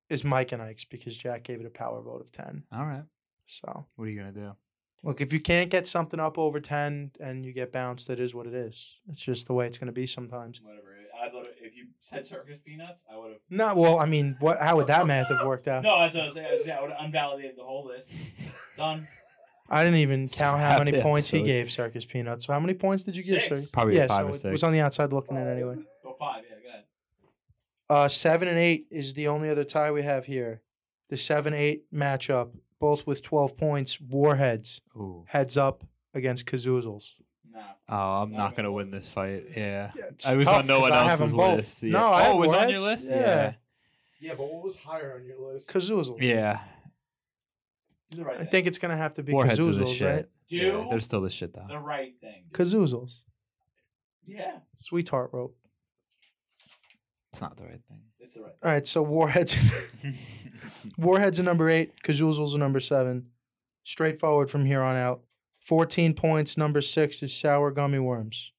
Speaker 1: is Mike and Ike's because Jack gave it a power vote of 10.
Speaker 2: All right.
Speaker 1: So,
Speaker 2: What are you gonna do?
Speaker 1: look, if you can't get something up over 10 and you get bounced, it is what it is. It's just the way it's going to be sometimes.
Speaker 3: Whatever. I would if you said circus peanuts, I would have.
Speaker 1: Not, well, I mean, what? how would that math have worked out?
Speaker 3: No, that's what I was saying. I, was saying I would have unvalidated the whole list. Done.
Speaker 1: I didn't even count how
Speaker 2: Scrap
Speaker 1: many
Speaker 2: the
Speaker 1: points he
Speaker 2: episode.
Speaker 1: gave Circus Peanuts. So, how many points did you give,
Speaker 3: Six.
Speaker 1: Circus?
Speaker 2: Probably
Speaker 1: yeah,
Speaker 2: five
Speaker 1: so
Speaker 2: or
Speaker 1: It was
Speaker 2: six.
Speaker 1: on the outside looking in anyway.
Speaker 3: Go five. Yeah, go ahead.
Speaker 1: Uh, seven and eight is the only other tie we have here. The seven eight matchup, both with twelve points. Warheads
Speaker 2: Ooh.
Speaker 1: heads up against Kazoozles.
Speaker 3: Nah.
Speaker 2: Oh, I'm not gonna win this fight. Yeah.
Speaker 1: it's
Speaker 2: I was
Speaker 1: tough
Speaker 2: on no
Speaker 1: 'cause
Speaker 2: one
Speaker 1: I have
Speaker 2: else's
Speaker 1: them both.
Speaker 2: list. Yeah.
Speaker 1: No, I
Speaker 2: oh,
Speaker 1: have
Speaker 2: it was on your
Speaker 1: Warheads?
Speaker 2: list.
Speaker 1: Yeah.
Speaker 7: Yeah, but what was higher on your list?
Speaker 1: Kazoozles.
Speaker 2: Yeah.
Speaker 3: Do the right
Speaker 1: I
Speaker 3: thing.
Speaker 1: think it's gonna have to be
Speaker 2: Warheads are the
Speaker 1: Kazoozles,
Speaker 2: shit.
Speaker 1: right?
Speaker 3: Do
Speaker 2: Yeah, they're still the shit though.
Speaker 3: the right thing. dude.
Speaker 1: Kazoozles.
Speaker 3: Yeah,
Speaker 1: Sweetheart rope.
Speaker 2: It's not the right thing.
Speaker 3: it's the right.
Speaker 1: All right, so Warheads. Warheads are number eight. Kazoozles are number seven. Straightforward from here on out. Fourteen points. Number six is Sour Gummy Worms.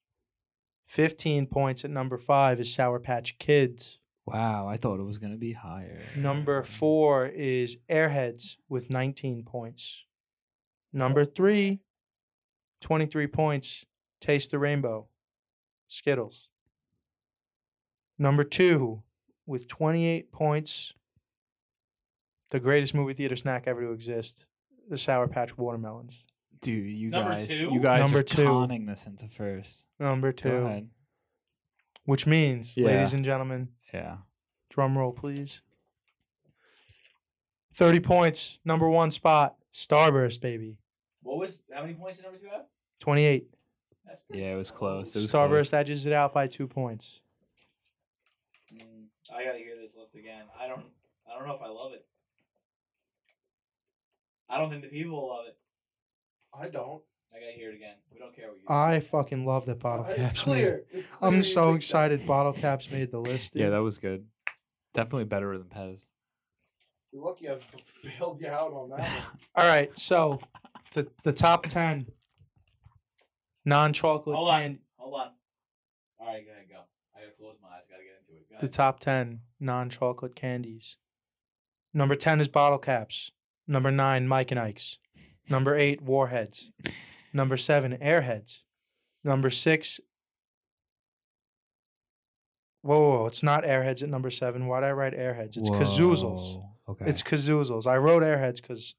Speaker 1: Fifteen points at number five is Sour Patch Kids.
Speaker 2: wow, I thought it was gonna be higher.
Speaker 1: Number four is Airheads with 19 points. Number three, 23 points, Taste the Rainbow, Skittles. Number two, with 28 points, the greatest movie theater snack ever to exist, the Sour Patch Watermelons.
Speaker 2: Dude, you
Speaker 3: Number
Speaker 2: guys,
Speaker 3: two?
Speaker 2: you guys
Speaker 1: Number
Speaker 2: are
Speaker 1: two.
Speaker 2: conning this into first.
Speaker 1: Number two,
Speaker 2: Go ahead.
Speaker 1: which means,
Speaker 2: Yeah.
Speaker 1: ladies and gentlemen,
Speaker 2: Yeah.
Speaker 1: Drum roll, please. 30 points, number one spot, Starburst, baby.
Speaker 3: What was how many points did number two have?
Speaker 1: 28.
Speaker 3: That's pretty
Speaker 2: Yeah, it was close. It was
Speaker 1: Starburst
Speaker 2: close.
Speaker 1: edges it out by two points.
Speaker 3: Mm, I gotta hear this list again. I don't. I don't know if I love it. I don't think the people will love it.
Speaker 7: I don't.
Speaker 3: I gotta hear it again. We don't care what you.
Speaker 1: I fucking love that bottle
Speaker 7: it's
Speaker 1: caps. made it.
Speaker 7: clear. It's clear. you
Speaker 1: I'm so
Speaker 7: picked
Speaker 1: excited
Speaker 7: that.
Speaker 1: bottle caps made the list. Dude.
Speaker 2: Yeah, that was good. Definitely better than Pez.
Speaker 7: You're lucky I've bailed you out on that one.
Speaker 1: All right, so the the top 10 non chocolate
Speaker 3: Hold
Speaker 1: candy.
Speaker 3: on. Hold on. All right, go ahead. Go. I gotta close my eyes. Gotta get into it. Go
Speaker 1: The
Speaker 3: ahead.
Speaker 1: top 10 non chocolate candies. Number 10 is bottle caps. Number 9, Mike and Ike's. Number 8, Warheads. Number 7, Airheads. Number 6, Whoa, whoa, whoa, it's not Airheads at number seven. Why'd I write Airheads? It's Kazoozles.
Speaker 2: Whoa, Okay.
Speaker 1: It's Kazoozles. I wrote Airheads because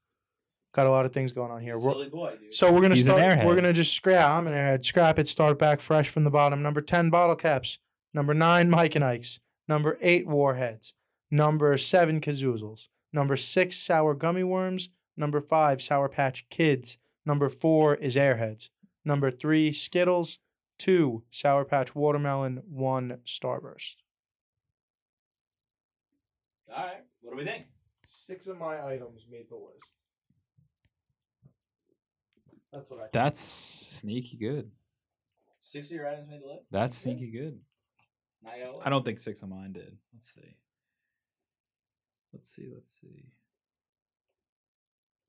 Speaker 1: got a lot of things going on here. We're-
Speaker 3: Silly boy, dude.
Speaker 1: so we're gonna
Speaker 2: He's an
Speaker 1: start. We're
Speaker 2: airhead.
Speaker 1: gonna just scrap. I'm an airhead. Scrap it. Start back fresh from the bottom. Number ten, bottle caps. Number nine, Mike and Ike's. Number eight, warheads. Number seven, Kazoozles. Number six, sour gummy worms. Number five, sour patch kids. Number four is airheads. Number three, Skittles. Two, sour patch watermelon. One, Starburst.
Speaker 3: All right. What do we think?
Speaker 7: Six of my items made the list. That's what I.
Speaker 2: That's sneaky good.
Speaker 3: Six of your items made the list.
Speaker 2: That's sneaky good.
Speaker 3: Now you gotta
Speaker 2: I don't think six of mine did. Let's see. Let's see. Let's see.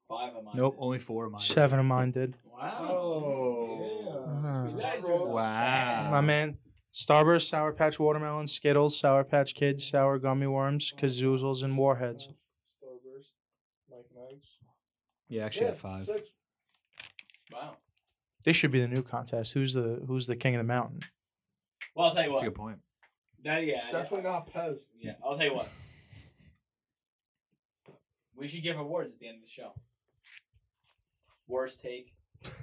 Speaker 3: five of mine.
Speaker 2: Nope, only four of mine. did.
Speaker 1: Seven of mine did.
Speaker 3: Wow.
Speaker 5: Oh.
Speaker 3: Yeah.
Speaker 1: Ah.
Speaker 3: You guys are
Speaker 7: Wow.
Speaker 3: sad.
Speaker 1: My man, Starburst, Sour Patch Watermelon, Skittles, Sour Patch Kids, Sour Gummy Worms, Kazoozles, and Warheads.
Speaker 7: Starburst, Mike Mike's.
Speaker 2: Yeah, actually
Speaker 7: Yeah,
Speaker 2: at five.
Speaker 7: Six.
Speaker 3: Wow.
Speaker 1: This should be the new contest. Who's the Who's the king of the mountain?
Speaker 3: Well, I'll tell you
Speaker 2: That's a
Speaker 3: what.
Speaker 2: good point.
Speaker 3: That, yeah, I-
Speaker 7: Definitely not Pez.
Speaker 3: Yeah, I'll tell you what. We should give awards at the end of the show. Worst take.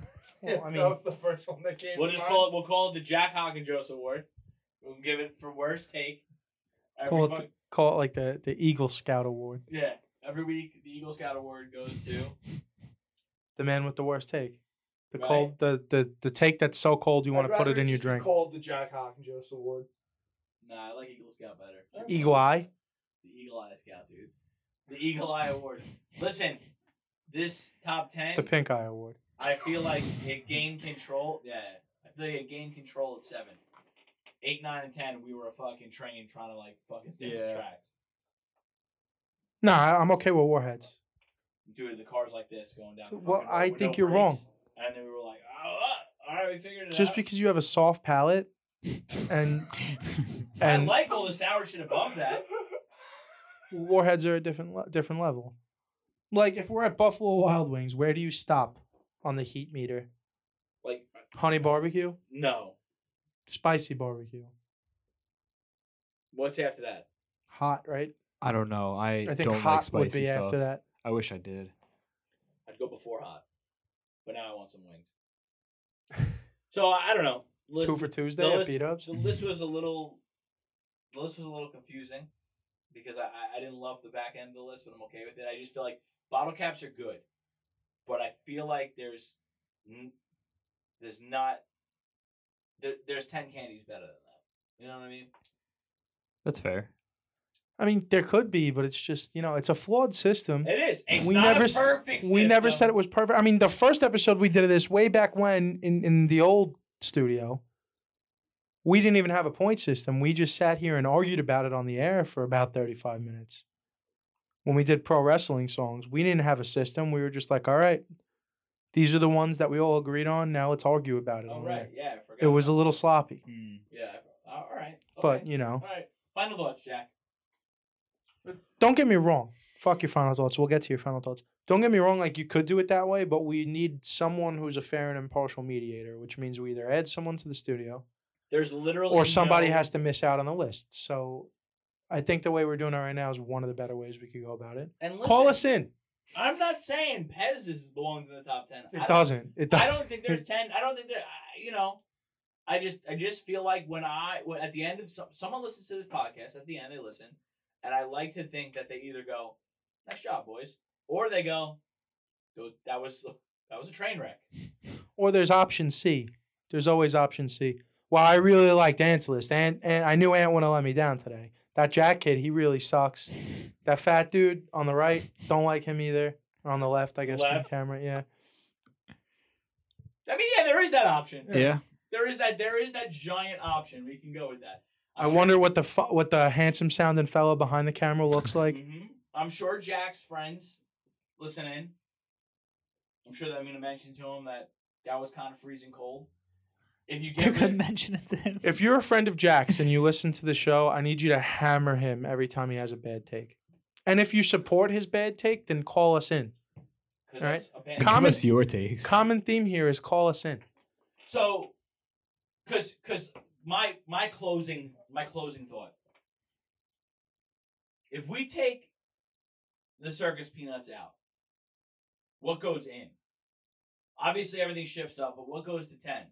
Speaker 1: Well, I
Speaker 7: that
Speaker 1: mean,
Speaker 7: was the first one that came.
Speaker 3: We'll
Speaker 7: to
Speaker 3: just
Speaker 7: mind.
Speaker 3: call it. We'll call it the Jack Hawkinjos Award. We'll give it for worst take. Every
Speaker 1: Call it
Speaker 3: fuck-
Speaker 1: the- call it like the the Eagle Scout Award.
Speaker 3: yeah, every week the Eagle Scout Award goes to.
Speaker 1: The man with the worst take. The
Speaker 3: Right.
Speaker 1: cold. The, the the take that's so cold you want to
Speaker 7: I'd
Speaker 1: put it
Speaker 7: rather
Speaker 1: in your
Speaker 7: just be
Speaker 1: drink.
Speaker 7: Called the Jack Hawkinjos Award.
Speaker 3: Nah, I like Eagle Scout better.
Speaker 1: Eagle Eye.
Speaker 3: The Eagle Eye Scout, dude. The Eagle Eye Award. Listen, this top ten.
Speaker 1: The Pink Eye Award.
Speaker 3: I feel like it gained control. Yeah, I feel like it gained control at seven, eight, nine, and ten. We were a fucking train trying to like fucking stay on
Speaker 2: Yeah.
Speaker 3: the tracks.
Speaker 1: Nah, I- I'm okay with Warheads.
Speaker 3: Dude, the cars like this going down. the
Speaker 1: Well,
Speaker 3: fucking road
Speaker 1: I
Speaker 3: with
Speaker 1: think
Speaker 3: no
Speaker 1: you're wrong.
Speaker 3: brakes. And then we were like, oh, ah, all right, we figured it
Speaker 1: Just
Speaker 3: out.
Speaker 1: because you have a soft palate, and
Speaker 3: I
Speaker 1: and
Speaker 3: like all the sour shit above that.
Speaker 1: Warheads are a different le- different level. Like if we're at Buffalo Wild Wings, where do you stop on the heat meter?
Speaker 3: Like,
Speaker 1: Honey barbecue,
Speaker 3: no.
Speaker 1: spicy barbecue,
Speaker 3: What's after that?
Speaker 1: hot, right?
Speaker 2: I don't know. I,
Speaker 1: I think
Speaker 2: don't
Speaker 1: hot
Speaker 2: like spicy
Speaker 1: would be
Speaker 2: stuff.
Speaker 1: after that.
Speaker 2: I wish I did.
Speaker 3: I'd go before hot, but now I want some wings. So I I don't know. List,
Speaker 1: Two for Tuesday
Speaker 3: the
Speaker 1: at
Speaker 3: list,
Speaker 1: beat ups.
Speaker 3: The list was a little, the list was a little confusing because I, I I didn't love the back end of the list, but I'm okay with it. I just feel like bottle caps are good, but I feel like there's, n- there's not, there, there's ten candies better than that. You know what I mean?
Speaker 2: That's fair.
Speaker 1: I mean, there could be, but it's just you know, it's a flawed system.
Speaker 3: It is. It's
Speaker 1: We
Speaker 3: not
Speaker 1: never
Speaker 3: a
Speaker 1: s-
Speaker 3: perfect.
Speaker 1: We never
Speaker 3: system.
Speaker 1: said it was perfect. I mean, the first episode we did of this way back when in, in the old studio, we didn't even have a point system. We just sat here and argued about it on the air for about 35 minutes. When we did pro wrestling songs, we didn't have a system. We were just like, all right, these are the ones that we all agreed on. Now let's argue about it.
Speaker 3: Oh
Speaker 1: on
Speaker 3: right,
Speaker 1: air."
Speaker 3: yeah, I forgot.
Speaker 1: It was a
Speaker 3: about
Speaker 1: little sloppy,
Speaker 2: Hmm.
Speaker 3: that. Yeah. I- All right.
Speaker 1: but
Speaker 3: okay.
Speaker 1: you know,
Speaker 3: All right. Final thoughts, Jack.
Speaker 1: don't get me wrong. Fuck your final thoughts. We'll get to your final thoughts. Don't get me wrong, like you could do it that way, but we need someone who's a fair and impartial mediator, which means we either add someone to the studio
Speaker 3: There's literally
Speaker 1: or somebody
Speaker 3: no-
Speaker 1: has to miss out on the list. So I think the way we're doing it right now is one of the better ways we could go about it.
Speaker 3: And listen,
Speaker 1: Call us in.
Speaker 3: I'm not saying Pez is belongs in the top ten. I
Speaker 1: It
Speaker 3: don't-
Speaker 1: doesn't. It
Speaker 3: I
Speaker 1: doesn't.
Speaker 3: don't think there's ten. I don't think there. I- You know, I just I just feel like when I when, at the end of some, someone listens to this podcast at the end they listen, and I like to think that they either go, "Nice job, boys," or they go, "Dude, "That was that was a train wreck."
Speaker 1: or there's option C. There's always option C. Well, I really liked Ant's list, and and I knew Ant wouldn't let me down today. That Jack kid, he really sucks. That fat dude on the right, don't like him either. Or on the left, I guess from the
Speaker 3: Left.
Speaker 1: camera, yeah.
Speaker 3: I mean, yeah, there is that option.
Speaker 2: Yeah.
Speaker 3: There is that. There is that giant option. We can go with that.
Speaker 1: i wonder what the fu- what the handsome sounding fellow behind the camera looks like.
Speaker 3: hmm I'm sure Jack's friends listen in. I'm sure that I'm going to mention to him that that was kind of freezing cold. If you get
Speaker 9: You're gonna
Speaker 3: rid,
Speaker 9: mention it to him.
Speaker 1: If you're a friend of Jack's and you listen to the show, I need you to hammer him every time he has a bad take. And if you support his bad take, then call us in.
Speaker 3: 'cause
Speaker 1: All
Speaker 3: it's a band.
Speaker 1: Com- Comment-
Speaker 2: your takes.
Speaker 1: Common theme here is call us in.
Speaker 3: so, because because my my closing my closing thought. If we take the circus peanuts out, what goes in? Obviously, everything shifts up, but what goes to ten?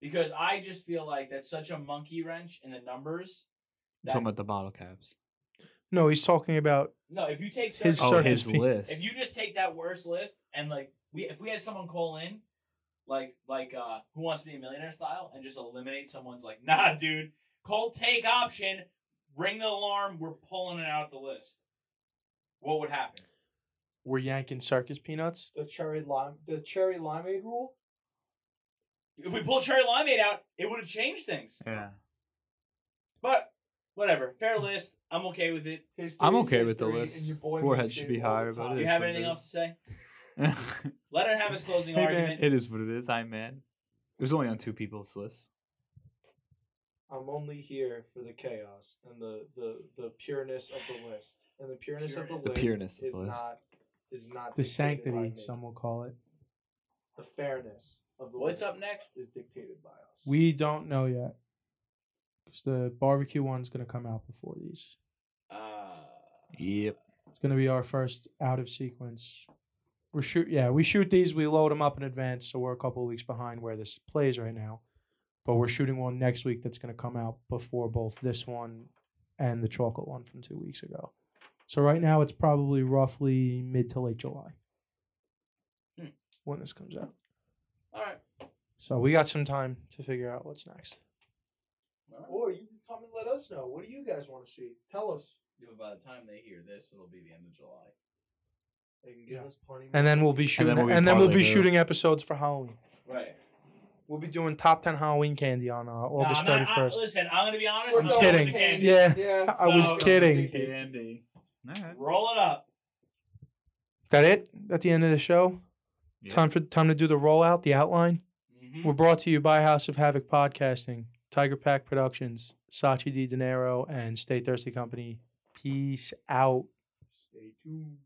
Speaker 3: Because I just feel like that's such a monkey wrench in the numbers.
Speaker 2: I'm talking about the bottle caps.
Speaker 1: No, he's talking about
Speaker 3: No, if you take
Speaker 1: His
Speaker 3: circus,
Speaker 2: Oh,
Speaker 1: circus
Speaker 2: his
Speaker 1: pe-
Speaker 2: list.
Speaker 3: if you just take that worst list and like we if we had someone call in, like like uh who wants to be a millionaire style and just eliminate someone's like, nah dude, cold take option, ring the alarm, we're pulling it out the list. What would happen?
Speaker 1: we're yanking circus peanuts.
Speaker 7: The cherry lime. The cherry limeade rule.
Speaker 3: If we pulled Cherry Limeade out, it would have changed things.
Speaker 2: yeah.
Speaker 3: But whatever. Fair list. I'm okay with it.
Speaker 7: History's
Speaker 2: I'm okay with the
Speaker 7: history,
Speaker 2: list.
Speaker 7: and your boy
Speaker 2: Warhead
Speaker 7: makes
Speaker 2: should
Speaker 7: it
Speaker 2: be
Speaker 7: all the
Speaker 2: higher, but
Speaker 7: time.
Speaker 2: it
Speaker 3: Do you
Speaker 2: is
Speaker 3: have
Speaker 2: what it
Speaker 3: anything
Speaker 2: is.
Speaker 3: else to say? Let her have his closing
Speaker 1: Hey, man,
Speaker 3: argument.
Speaker 2: it is what it is. I'm mad. It was only on two people's lists.
Speaker 4: I'm only here for the chaos and the the the pureness of the list, and the pureness of the,
Speaker 9: The
Speaker 4: list
Speaker 9: pureness of
Speaker 4: is
Speaker 9: the list.
Speaker 4: not is not
Speaker 1: The
Speaker 4: dictated by
Speaker 1: sanctity,
Speaker 4: me.
Speaker 1: some will call it.
Speaker 4: the fairness of the
Speaker 3: What's
Speaker 4: list
Speaker 3: up next?
Speaker 4: is dictated by us.
Speaker 1: We don't know yet. Because the barbecue one's going to come out before these.
Speaker 3: Uh,
Speaker 9: Yep.
Speaker 1: It's going to be our first out of sequence. We shoot, yeah, we shoot these. We load them up in advance, so we're a couple of weeks behind where this plays right now. But we're shooting one next week that's going to come out before both this one and the chocolate one from two weeks ago. So right now it's probably roughly mid to late July
Speaker 3: Hmm.
Speaker 1: when this comes out.
Speaker 3: all right.
Speaker 1: So we got some time to figure out what's next.
Speaker 4: Or you can come and let us know. What do you guys want to see? Tell us.
Speaker 3: Yeah, but by the time they hear this, it'll be the end of July.
Speaker 4: They can give us plenty.
Speaker 1: And then we'll be shooting. And then we'll be,
Speaker 9: parlay, though.
Speaker 1: shooting episodes for Halloween.
Speaker 3: Right.
Speaker 1: We'll be doing top ten Halloween candy on uh, August
Speaker 3: I'm
Speaker 1: thirty
Speaker 3: not- I-
Speaker 1: first.
Speaker 3: listen, I'm gonna be honest.
Speaker 4: We're
Speaker 3: I'm
Speaker 4: done
Speaker 3: throwing
Speaker 1: kidding.
Speaker 3: the candy.
Speaker 1: Yeah.
Speaker 4: yeah.
Speaker 1: I was
Speaker 3: So-
Speaker 1: kidding.
Speaker 10: Candy. All right.
Speaker 3: Roll it up.
Speaker 1: That it? At the end of the show?
Speaker 10: Yeah.
Speaker 1: Time for time to do the rollout, the outline.
Speaker 3: Mhm.
Speaker 1: We're brought to you by House of Havoc Podcasting, Tiger Pack Productions, Sachi D. De Niro, and Stay Thirsty Company. Peace out.
Speaker 4: Stay tuned.